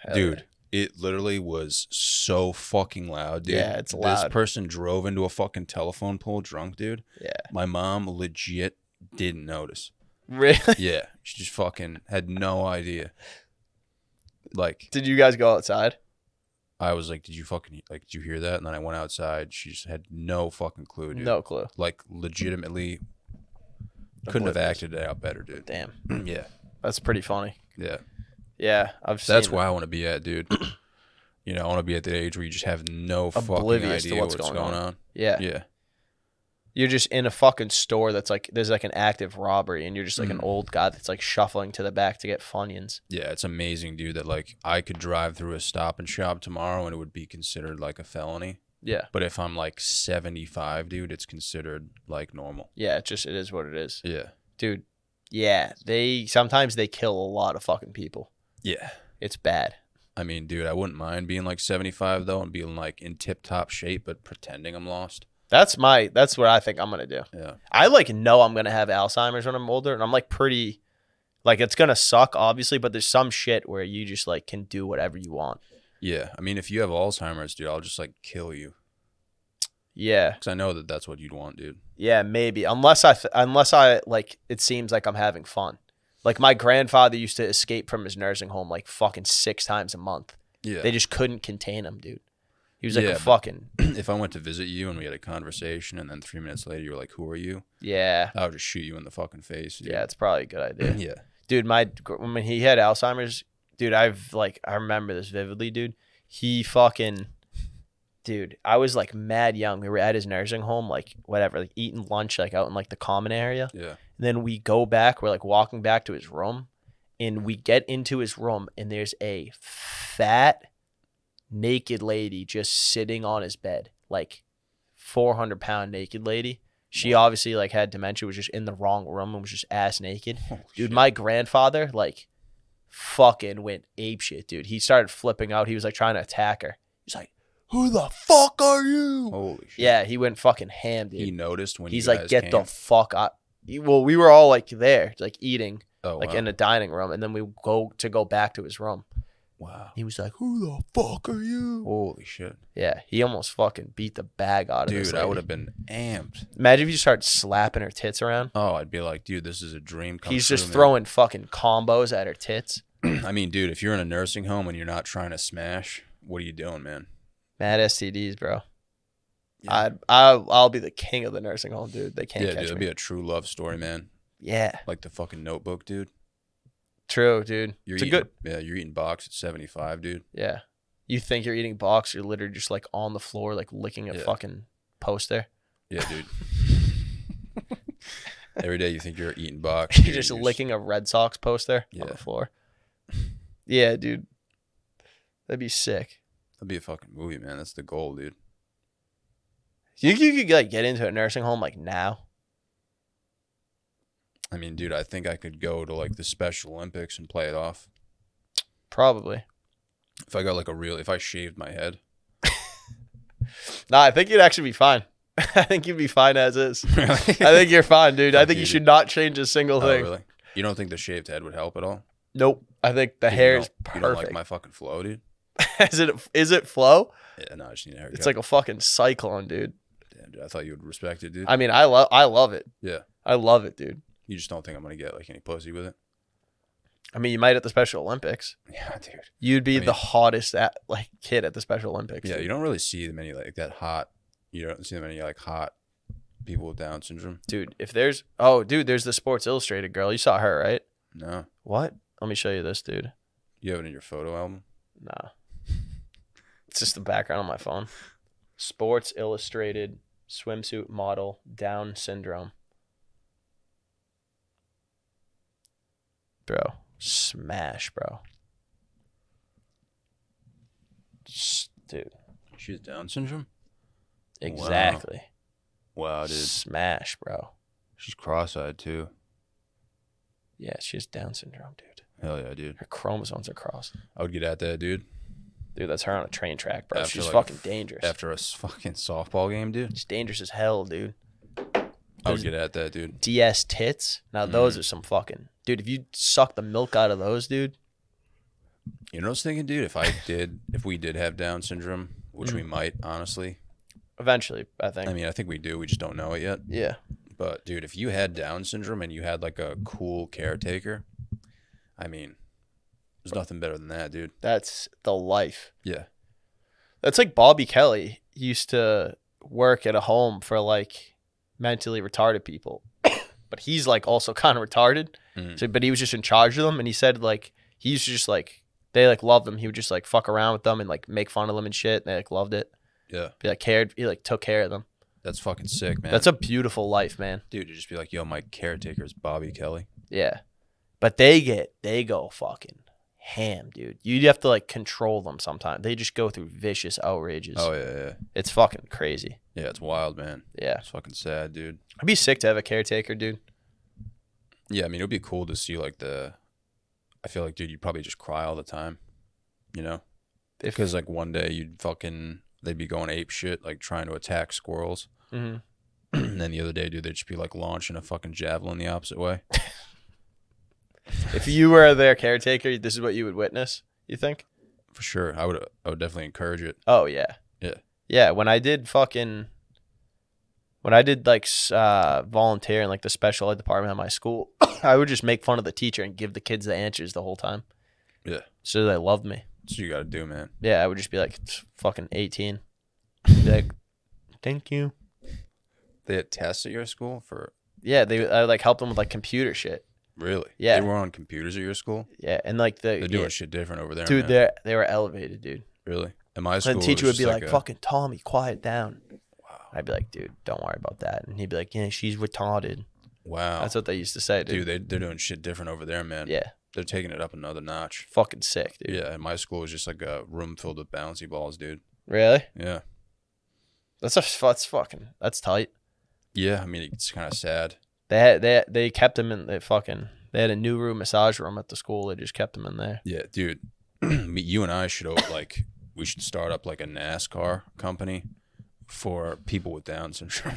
B: Hell
A: dude, it literally was so fucking loud, dude.
B: Yeah, it's
A: This
B: loud.
A: person drove into a fucking telephone pole drunk, dude.
B: Yeah.
A: My mom legit didn't notice.
B: yeah. Really?
A: yeah, she just fucking had no idea. Like
B: Did you guys go outside?
A: I was like, "Did you fucking like? Did you hear that?" And then I went outside. She just had no fucking clue, dude.
B: No clue.
A: like legitimately couldn't have
B: Oblivious.
A: acted it out better, dude.
B: Damn,
A: yeah,
B: that's pretty funny.
A: yeah.
B: Yeah, I've seen
A: That's
B: it.
A: where I want to be at, dude. you know, I want to be at the age where you just have no
B: Oblivious to
A: fucking idea
B: what's
A: what's,
B: going
A: going, on.
B: Yeah.
A: Yeah,
B: you're just in a fucking store that's like there's like an active robbery, and you're just like an
A: Mhm.
B: old guy that's like shuffling to the back to get funyuns.
A: yeah. It's amazing, dude. That like I could drive through a Stop and Shop tomorrow and it would be considered like a felony.
B: Yeah,
A: But if I'm like 75, dude, it's considered like normal.
B: yeah. It just it is what it is.
A: Yeah,
B: dude yeah they sometimes they kill a lot of fucking people
A: yeah.
B: it's bad
A: I mean, dude, I wouldn't mind being like 75 though and being like in tip top shape, but pretending I'm lost.
B: that's my that's what i think i'm gonna do
A: Yeah,
B: i like know i'm gonna have alzheimer's when i'm older and i'm like pretty like it's gonna suck obviously but there's some shit where you just like can do whatever you want
A: yeah. I mean, if you have Alzheimer's, dude, I'll just like kill you.
B: yeah
A: Because I know that that's what you'd want, dude.
B: yeah maybe unless i th- unless i like it seems like i'm having fun like my grandfather used to escape from his nursing home like fucking six times a month
A: Yeah.
B: they just couldn't contain him dude he was like
A: Yeah,
B: a
A: but-
B: fucking
A: if I went to visit you and we had a conversation, and then three minutes later you were like, "Who are you?"
B: yeah
A: I would just shoot you in the fucking face. dude.
B: yeah it's probably a good idea
A: yeah.
B: dude my when he had alzheimer's dude i've like i remember this vividly dude he fucking dude i was like mad young we were at his nursing home like whatever like eating lunch like out in like the common area
A: Yeah.
B: then we go back we're like walking back to his room and we get into his room and there's a fat naked lady just sitting on his bed like 400 pound naked lady she obviously like had dementia was just in the wrong room and was just ass naked
A: Holy
B: Dude,
A: shit.
B: my grandfather like fucking went ape shit, dude. He started flipping out. He was like trying to attack her. He's like, "Who the fuck are you?"
A: Holy Oh, shit.
B: Yeah, he went fucking ham, dude.
A: He noticed when
B: He's
A: you
B: like,
A: guys
B: "Get
A: came.
B: the fuck up." Well, we were all like there, like eating,
A: oh,
B: like
A: wow.
B: in a dining room, and then we go to go back to his room,
A: Wow.
B: He was like,
A: Who the fuck are you? Holy shit.
B: yeah, he almost fucking beat the bag out of this
A: Dude, I
B: lady.
A: would have been amped.
B: Imagine if you start slapping her tits around.
A: Oh, I'd be like, dude, this is a dream come
B: He's
A: true,
B: just
A: man.
B: throwing fucking combos at her tits.
A: I mean, dude, if you're in a nursing home and you're not trying to smash, what are you doing, man?
B: Mad STDs, bro.
A: Yeah.
B: I'd, I'll, I'll be the king of the nursing home, dude. They can't
A: yeah, dude,
B: catch
A: that'd
B: me.
A: be a true love story, man.
B: yeah,
A: Like the fucking notebook, dude.
B: true, dude.
A: You're
B: it's a
A: eating,
B: good.
A: Yeah, you're eating box at 75, dude.
B: Yeah. You think you're eating box, you're literally just like on the floor, like licking a
A: Yeah.
B: fucking poster.
A: Yeah, dude. Every day you think you're eating box.
B: You're
A: dude,
B: just
A: you're s-
B: licking a Red Sox poster on
A: Yeah.
B: the floor. Yeah, dude. That'd be sick.
A: That'd be a fucking movie, man. That's the goal, dude.
B: You, you could like get into a nursing home like now.
A: I mean, dude, I think I could go to like the Special Olympics and play it off.
B: Probably.
A: If I got like a real, if I shaved my head,
B: Nah, I think you'd actually be fine. I think you'd be fine as is.
A: really?
B: I think you're fine, dude. I
A: Fuck
B: think you
A: you,
B: should not change a single
A: Oh,
B: thing.
A: really? You don't think the shaved head would help at all?
B: Nope. I think the
A: Dude, you
B: hair
A: don't-
B: is
A: You don't
B: perfect.
A: like my fucking flow, dude?
B: is it is it flow?
A: Yeah, no, I just need a haircut.
B: It's like a fucking cyclone, dude.
A: Damn, dude, I thought you would respect it, dude.
B: I mean, I love I love it.
A: Yeah.
B: I love it, dude.
A: you just don't think I'm gonna get like any pussy with it?
B: I mean, you might at the Special Olympics.
A: Yeah, dude.
B: You'd be
A: I mean-
B: the hottest at like kid at the Special Olympics.
A: Yeah,
B: dude.
A: you don't really see many like that hot. You don't see many like hot people with Down syndrome.
B: dude. If there's oh, dude, there's the Sports Illustrated girl. You saw her, right?
A: No,
B: What? Let me show you this, dude.
A: you have it in your photo album.
B: Nah. It's just the background on my phone. Sports Illustrated swimsuit model Down syndrome. Bro, smash, bro. S- Dude,
A: She has Down syndrome.
B: exactly.
A: Wow, dude.
B: Smash, bro.
A: She's cross-eyed too.
B: Yeah, she has Down syndrome, dude.
A: Hell yeah, dude.
B: Her chromosomes are crossed.
A: I would get at that, dude.
B: Dude, that's her on a train track, bro.
A: After,
B: She's
A: like,
B: fucking dangerous.
A: After a s- fucking softball game, dude.
B: She's dangerous as hell, dude.
A: I would
B: Those-
A: get at that, dude.
B: DS tits. Now
A: Mm.
B: those are some fucking dude. If you suck the milk out of those, dude,
A: You know what I was thinking, dude? If I did, if we did have Down syndrome, which we might, honestly.
B: eventually, I think.
A: I mean, I think we do. We just don't know it yet.
B: yeah,
A: But dude, if you had Down syndrome and you had like a cool caretaker, I mean, there's nothing better than that, dude.
B: that's the life.
A: Yeah.
B: That's like Bobby Kelly He used to work at a home for like mentally retarded people, but he's like also kind of retarded.
A: Mm.
B: So, but he was just in charge of them, and he said like he used to just like they like loved him. He would just like fuck around with them and like make fun of them and shit. And they like loved it.
A: Yeah.
B: He like cared. He like took care of them.
A: That's fucking sick, man.
B: That's a beautiful life, man.
A: dude. You just be like, yo, my caretaker is Bobby Kelly.
B: Yeah. But they get they go fucking ham, dude. You'd have to like control them sometimes. They just go through vicious outrages.
A: Oh yeah, yeah,
B: It's fucking crazy.
A: yeah. It's wild, man.
B: Yeah.
A: It's fucking sad, dude.
B: I'd be sick to have a caretaker, dude.
A: Yeah, I mean, it would be cool to see like the. I feel like, dude, you'd probably just cry all the time, you know,
B: If
A: because like one day you'd fucking they'd be going ape shit, like trying to attack squirrels,
B: Mhm.
A: and then the other day, dude, they'd just be like launching a fucking javelin the opposite way.
B: if you were their caretaker, this is what you would witness, you think?
A: For sure, I would I would definitely encourage it.
B: Oh yeah.
A: Yeah.
B: Yeah, when I did fucking when I did like s- uh volunteer in like the special ed department at my school, I would just make fun of the teacher and give the kids the answers the whole time.
A: Yeah.
B: So they loved me.
A: That's what you got to do, man.
B: Yeah, I would just be like "It's fucking 18. Be like, thank you.
A: They had tests at your school for
B: Yeah, they I would, like help them with like computer shit.
A: really?
B: Yeah.
A: they were on computers at your school.
B: Yeah, and like the
A: They're doing
B: yeah,
A: shit different over there,
B: dude,
A: man.
B: they they were elevated, dude.
A: Really? At my school,
B: And the
A: it
B: teacher
A: was
B: would be
A: just
B: like,
A: a-
B: "Fucking Tommy, quiet down."
A: Wow.
B: I'd be like, "Dude, don't worry about that." And he'd be like, "Yeah, she's retarded."
A: wow,
B: That's what they used to say,
A: dude.
B: dude.
A: They they're doing shit different over there, man.
B: yeah,
A: they're taking it up another notch.
B: fucking sick, dude.
A: Yeah, and my school was just like a room filled with bouncy balls, dude.
B: Really?
A: Yeah.
B: That's a, that's fucking that's tight.
A: Yeah, I mean it's kind of sad.
B: They had, they they kept him in the fucking. They had a new room massage room at the school. They just kept him in there.
A: Yeah, dude. me- you and I should o- like we should start up like a NASCAR company for people with Down syndrome.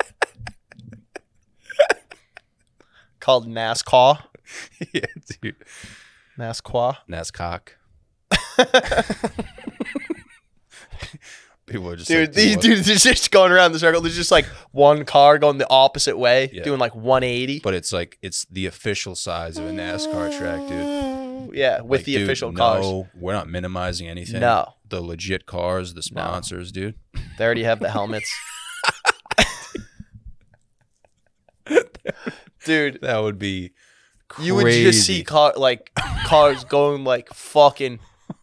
B: Called NASCAR.
A: yeah, dude.
B: Nasqua.
A: Nascock. People are just
B: Dude,
A: like,
B: these
A: "What?"
B: dudes are just going around the circle. There's just like one car going the opposite way,
A: Yeah.
B: doing like 180.
A: But it's like it's the official size of a NASCAR track, dude.
B: Yeah, with
A: Like,
B: the
A: dude,
B: official cars.
A: No, we're not minimizing anything.
B: No,
A: The legit cars, the sponsors, dude.
B: they already have the helmets. Dude,
A: That would be crazy.
B: you would just see car like cars going like fucking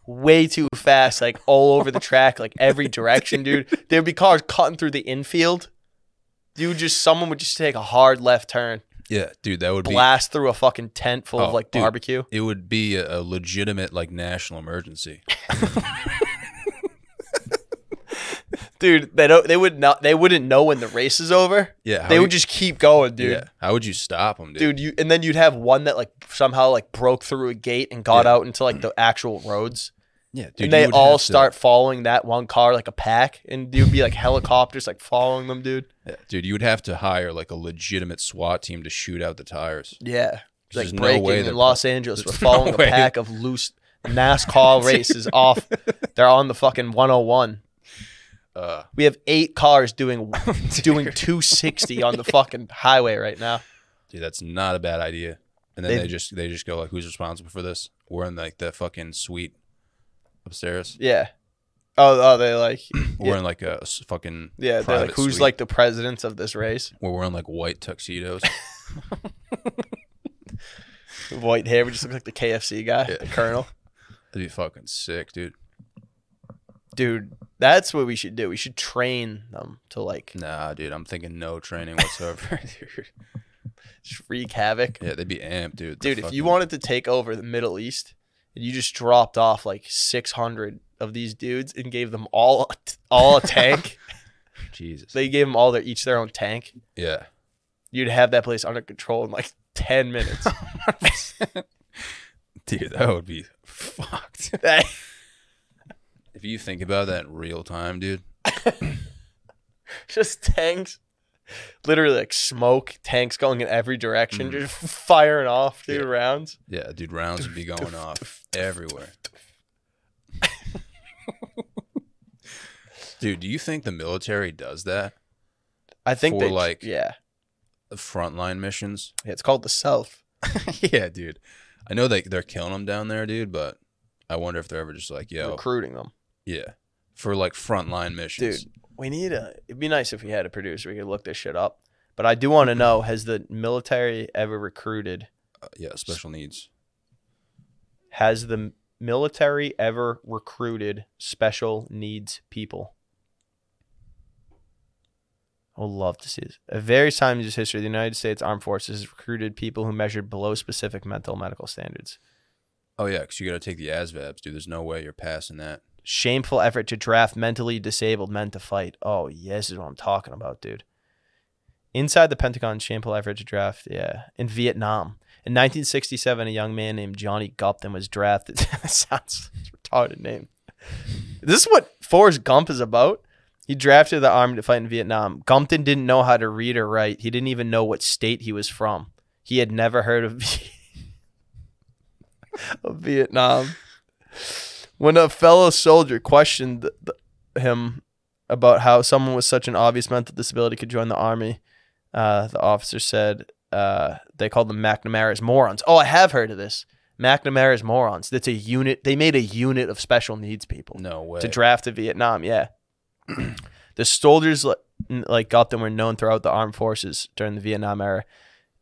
B: way too fast, like all over the track, like every direction, dude. There'd be cars cutting through the infield. You would just someone would just take a hard left turn,
A: Yeah, dude, that would be
B: blast through a fucking tent full
A: Oh,
B: of like
A: dude.
B: barbecue.
A: it would be a, a legitimate like national emergency.
B: Dude, they don't they would not they wouldn't know when the race is over.
A: Yeah. how
B: they
A: you-
B: would just keep going, dude.
A: Yeah. How would you stop them, dude?
B: Dude, you and then you'd have one that like somehow like broke through a gate and got
A: Yeah. out
B: out into like the actual roads.
A: Yeah, dude. you
B: and they
A: would
B: all
A: have to-
B: start following that one car like a pack and you'd be like helicopters like following them, dude.
A: Yeah, dude, you would have to hire like a legitimate SWAT team to shoot out the tires.
B: Yeah.
A: There's
B: Like
A: no
B: breaking
A: way
B: in
A: they're-
B: Los Angeles were
A: there's
B: following
A: no
B: a
A: way.
B: pack of loose NASCAR races off. They're on the fucking 101.
A: Uh,
B: We have eight cars doing
A: Oh,
B: doing
A: dude,
B: 260 on the fucking highway right now.
A: that's not a bad idea. And then
B: They-
A: they, just they just go like, "Who's responsible for this?" We're in like the fucking suite upstairs.
B: Yeah. Oh, oh, they like
A: We're in like a s- fucking
B: yeah. They're like
A: Private
B: who's
A: suite.
B: like the presidents of this race?
A: we're wearing like white tuxedos.
B: White hair. We just look like the KFC guy,
A: Yeah.
B: the Colonel.
A: That'd be fucking sick, dude.
B: Dude, that's what we should do. We should train them to like
A: Nah, dude, I'm thinking no training whatsoever. dude.
B: just wreak havoc.
A: Yeah, they'd be amped, dude. The
B: Dude, if you
A: fucking-
B: wanted to take over the Middle East and you just dropped off like 600 of these dudes and gave them all a t- all a tank,
A: Jesus,
B: they gave them all their each their own tank.
A: yeah,
B: You'd have that place under control in like 10 minutes.
A: dude, that would be fucked.
B: That'd
A: if you think about that in real time, dude.
B: just tanks. Literally like smoke tanks going in every direction,
A: Mhm.
B: just firing off dude
A: Yeah.
B: rounds.
A: Yeah, dude, rounds would be going off everywhere. dude, do you think the military does that?
B: I think
A: For,
B: they
A: like-
B: yeah,
A: The frontline missions?
B: it's called the South.
A: yeah, dude. I know they they're killing them down there, dude, but I wonder if they're ever just like, yo,
B: Recruiting them,
A: yeah, for like frontline missions.
B: dude. We need a. It'd be nice if we had a producer. We could look this shit up. But I do want to know: Has the military ever recruited?
A: Uh, yeah, special needs.
B: Has the military ever recruited special needs people? I would love to see this. At various times in its history, the United States Armed Forces has recruited people who measured below specific mental medical standards.
A: Oh yeah, because you got to take the ASVABs, dude. There's no way you're passing that.
B: shameful effort to draft mentally disabled men to fight. Oh, yeah, this is what I'm talking about, dude. Inside the Pentagon, shameful effort to draft, yeah, in Vietnam. In 1967, a young man named Johnny Gupton was drafted. that sounds it's a retarded name. This is what Forrest Gump is about. He drafted the army to fight in Vietnam. Gumpton didn't know how to read or write. He didn't even know what state he was from. He had never heard of, of Vietnam. When a fellow soldier questioned th- th- him about how someone with such an obvious mental disability could join the army, uh, the officer said uh, they called them McNamara's morons. Oh, I have heard of this. McNamara's morons. That's a unit. They made a unit of special needs people
A: No way.
B: to draft to Vietnam. Yeah, the soldiers li- n- like Gupton were known throughout the armed forces during the Vietnam era.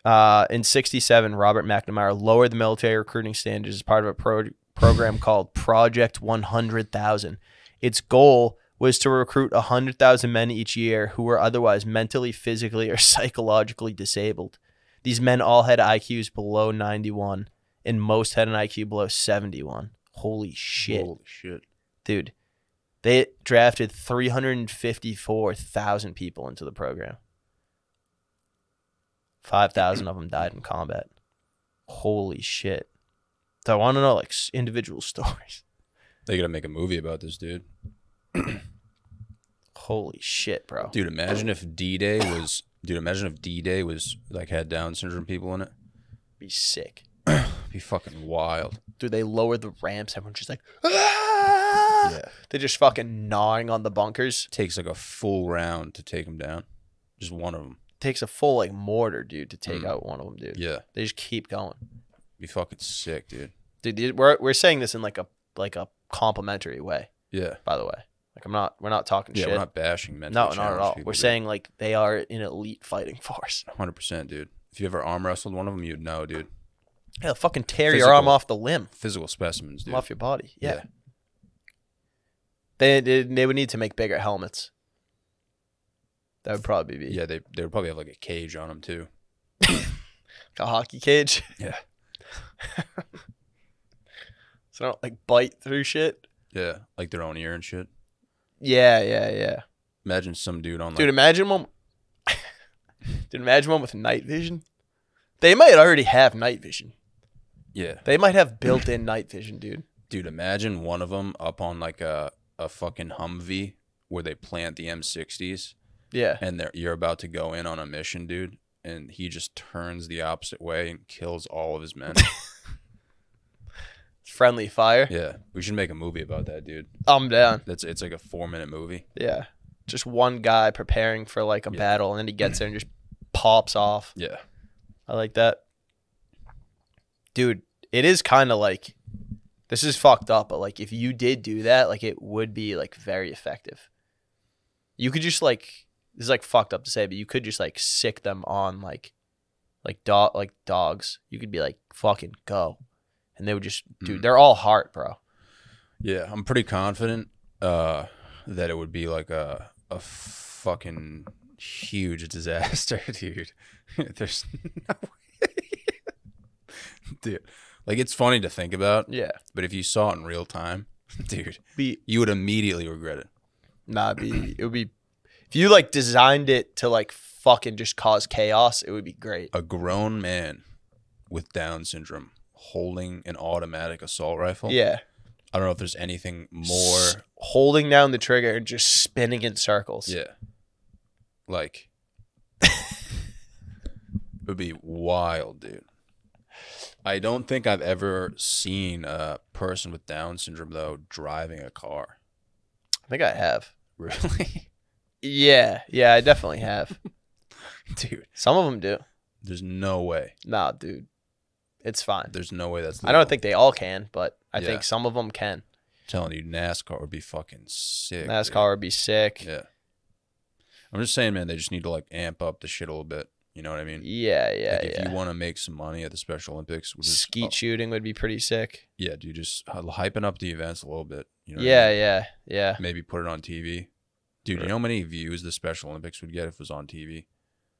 B: Uh, in '67, Robert McNamara lowered the military recruiting standards as part of a pro- program called Project 100,000. Its goal was to recruit 100,000 men each year who were otherwise mentally, physically, or psychologically disabled. These men all had IQs below 91, and most had an IQ below 71. Holy shit
A: Holy shit.
B: dude, they drafted 354,000 people into the program. 5,000 of them died in combat. Holy shit. So I want to know like s- individual stories.
A: They gotta make a movie about this, dude.
B: Holy shit, bro.
A: Dude, imagine if D Day was. Dude, imagine if D Day was like had Down syndrome people in it,
B: Be sick.
A: be fucking wild.
B: Dude, they lowered the ramps. Everyone's just like, ah!
C: Yeah.
B: they're just fucking gnawing on the bunkers.
A: Takes like a full round to take them down. Just one of them.
B: takes a full like mortar, dude, to take
A: Mm.
B: out one of them, dude.
A: Yeah.
B: They just keep going.
A: Be fucking sick, dude.
B: Dude, these- we're we're saying this in like a like a complimentary way,
A: Yeah.
B: by the way. Like I'm not we're not talking
A: Yeah,
B: shit.
A: we're not bashing mentally
B: no, not at
A: challenged
B: all.
A: people,
B: We're
A: dude.
B: saying like they are an elite fighting force.
A: 100%, dude. If you ever arm wrestled one of them, you'd know, dude.
B: Yeah, fucking tear your
A: Physical.
B: arm off the limb,
A: Physical specimens, dude.
B: off your body. Yeah.
A: Yeah.
B: They, they they would need to make bigger helmets. That would probably be
A: Yeah, they they would probably have like a cage on them too.
B: a hockey cage.
A: Yeah.
B: so I don't like bite through shit.
A: Yeah, like their own ear and shit.
B: Yeah, yeah, yeah.
A: Imagine some dude on like
B: Dude, imagine one. Dude, imagine one with night vision. They might already have night vision.
A: yeah,
B: They might have built-in night vision, dude.
A: dude. Imagine one of them up on like a a fucking Humvee where they plant the M60s,
B: Yeah.
A: and they're you're about to go in on a mission, dude. And he just turns the opposite way and kills all of his men.
B: Friendly fire.
A: yeah, we should make a movie about that, dude.
B: I'm down.
A: That's it's like a four minute movie.
B: Yeah. Just one guy preparing for like a
A: Yeah.
B: battle and then he gets there and just pops off.
A: Yeah,
B: I like that. Dude, it is kind of like this is fucked up, but like if you did do that, like it would be like very effective. You could just like this is like fucked up to say, but you could just like sick them on like like dog like dogs. You could be like fucking go. And they would just dude,
A: Mm.
B: they're all heart, bro.
A: yeah. I'm pretty confident uh, that it would be like a a fucking huge disaster, dude. There's no way, dude. Like it's funny to think about,
B: Yeah.
A: But if you saw it in real time, dude,
B: Be
A: you would immediately regret it.
B: nah it'd be it would be if you like designed it to like fucking just cause chaos, it would be great.
A: A grown man with Down syndrome holding an automatic assault rifle.
B: Yeah.
A: I don't know if there's anything more.
B: s- holding down the trigger and just spinning in circles.
A: Yeah. Like, it would be wild, dude. I don't think I've ever seen a person with Down syndrome, though, driving a car.
B: I think I have.
A: Really?
B: Yeah, yeah, I definitely have.
A: dude,
B: Some of them do.
A: there's no way.
B: Nah, dude, it's fine.
A: There's no way that's.
B: I don't
A: legal.
B: think they all can, but I
A: Yeah.
B: think some of them can.
A: telling you, NASCAR would be fucking sick. dude.
B: NASCAR would be sick. Yeah.
A: Yeah. I'm just saying, man, they just need to like amp up the shit a little bit. You know what I mean?
B: Yeah, yeah,
A: like, if you want oh. to make some money at the Special Olympics, which is,
B: Skeet shooting would be pretty sick.
A: yeah, dude, just hy- hyping up the events a little bit. You know what I
B: yeah,
A: mean?
B: yeah, yeah.
A: Maybe put it on TV. Dude, you know how many views the Special Olympics would get if it was on TV?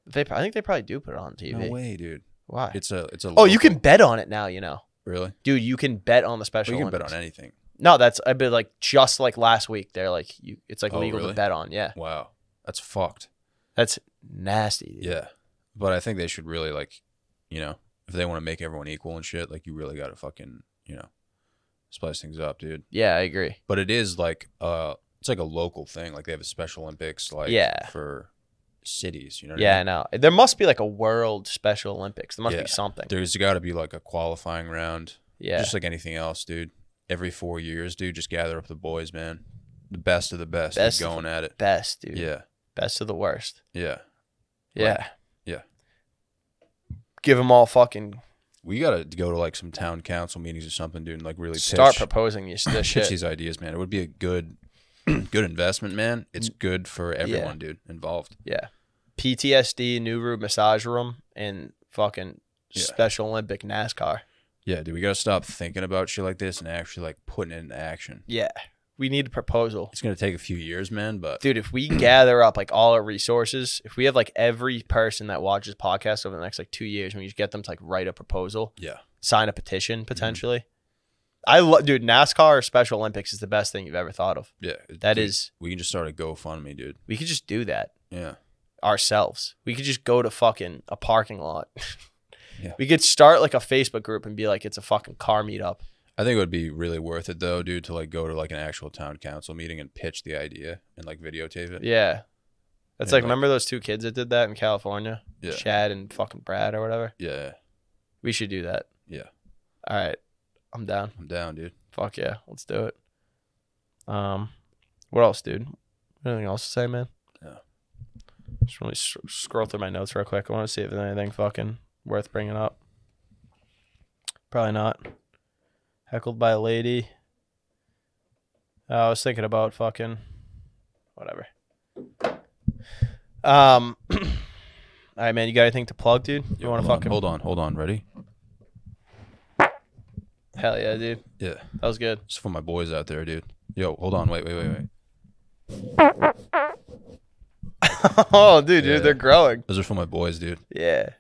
B: They, pro- I think they probably do put it on TV.
A: No way, dude.
B: Why?
A: It's a, it's a.
B: oh, you
A: local-
B: can bet on it now. You know,
A: really.
B: dude, you can bet on the special.
A: We can bet
B: Olympics.
A: on anything.
B: No, that's I bet like just like last week. They're like you. It's like
A: Oh,
B: legal
A: really?
B: to bet on. Yeah,
A: Wow, that's fucked.
B: that's nasty. Dude.
A: Yeah, but I think they should really like, you know, if they want to make everyone equal and shit, like you really got to fucking, you know, spice things up, dude.
B: yeah, I agree.
A: but it is like uh it's like a local thing like they have a special olympics like
B: Yeah.
A: for cities you know what I
B: Yeah, I
A: mean?
B: know. There must be like a world special Olympics. There must
A: Yeah.
B: be something.
A: there's got to be like a qualifying round
B: yeah.
A: just like anything else dude every four years dude just gather up the boys man the best of the best, dude,
B: Best of
A: going at it
B: best, dude.
A: yeah
B: Best of the worst.
A: yeah
B: Yeah.
A: yeah.
B: Give them all fucking
A: we gotta go to like some town council meetings or something dude and like really
B: start
A: pitch,
B: proposing this, this
A: pitch
B: shit.
A: these ideas man it would be a good good investment man it's
B: Mm.
A: good for everyone dude involved
B: Yeah. PTSD, Nuru massage room, and fucking
A: Yeah.
B: Special Olympic NASCAR.
A: yeah dude we gotta stop thinking about shit like this and actually like putting it into action
B: Yeah. We need a proposal.
A: it's gonna take a few years man but
B: Dude, if we gather up like all our resources, if we have like every person that watches podcasts over the next like two years, and we just get them to like write a proposal,
A: Yeah.
B: sign a petition
A: Mm-hmm.
B: potentially. I love, dude. NASCAR or Special Olympics is the best thing you've ever thought of.
A: Yeah.
B: That is,
A: We can just start a GoFundMe, dude.
B: we could just do that
A: Yeah.
B: ourselves. We could just go to fucking a parking lot.
A: Yeah.
B: We could start like a Facebook group and be like, it's a fucking car meetup.
A: I think it would be really worth it though, dude, to like go to like an actual town council meeting and pitch the idea and like videotape it.
B: Yeah, that's
A: Yeah,
B: like,
A: like-
B: remember those two kids that did that in California,
A: Yeah.
B: Chad and fucking Brad or whatever.
A: Yeah.
B: We should do that.
A: Yeah.
B: All right, I'm down.
A: I'm down, dude.
B: Fuck yeah, let's do it. Um, what else, dude? Anything else to say, man?
A: No.
B: Just really s- scroll through my notes real quick. I want to see if there's anything fucking worth bringing up. Probably not. Heckled by a lady. Uh, I was thinking about fucking whatever. Um. all right, man. You got anything to plug, dude?
A: Yeah,
B: you want to
A: hold on,
B: fucking?
A: hold on, hold on. Ready?
B: Hell yeah, dude.
A: Yeah.
B: That was good.
A: It's for my boys out there, dude. Yo, hold on. Wait, wait, wait, wait.
B: oh, dude,
A: Yeah.
B: Oh, dude, they're growing.
A: Those are for my boys, dude.
B: Yeah.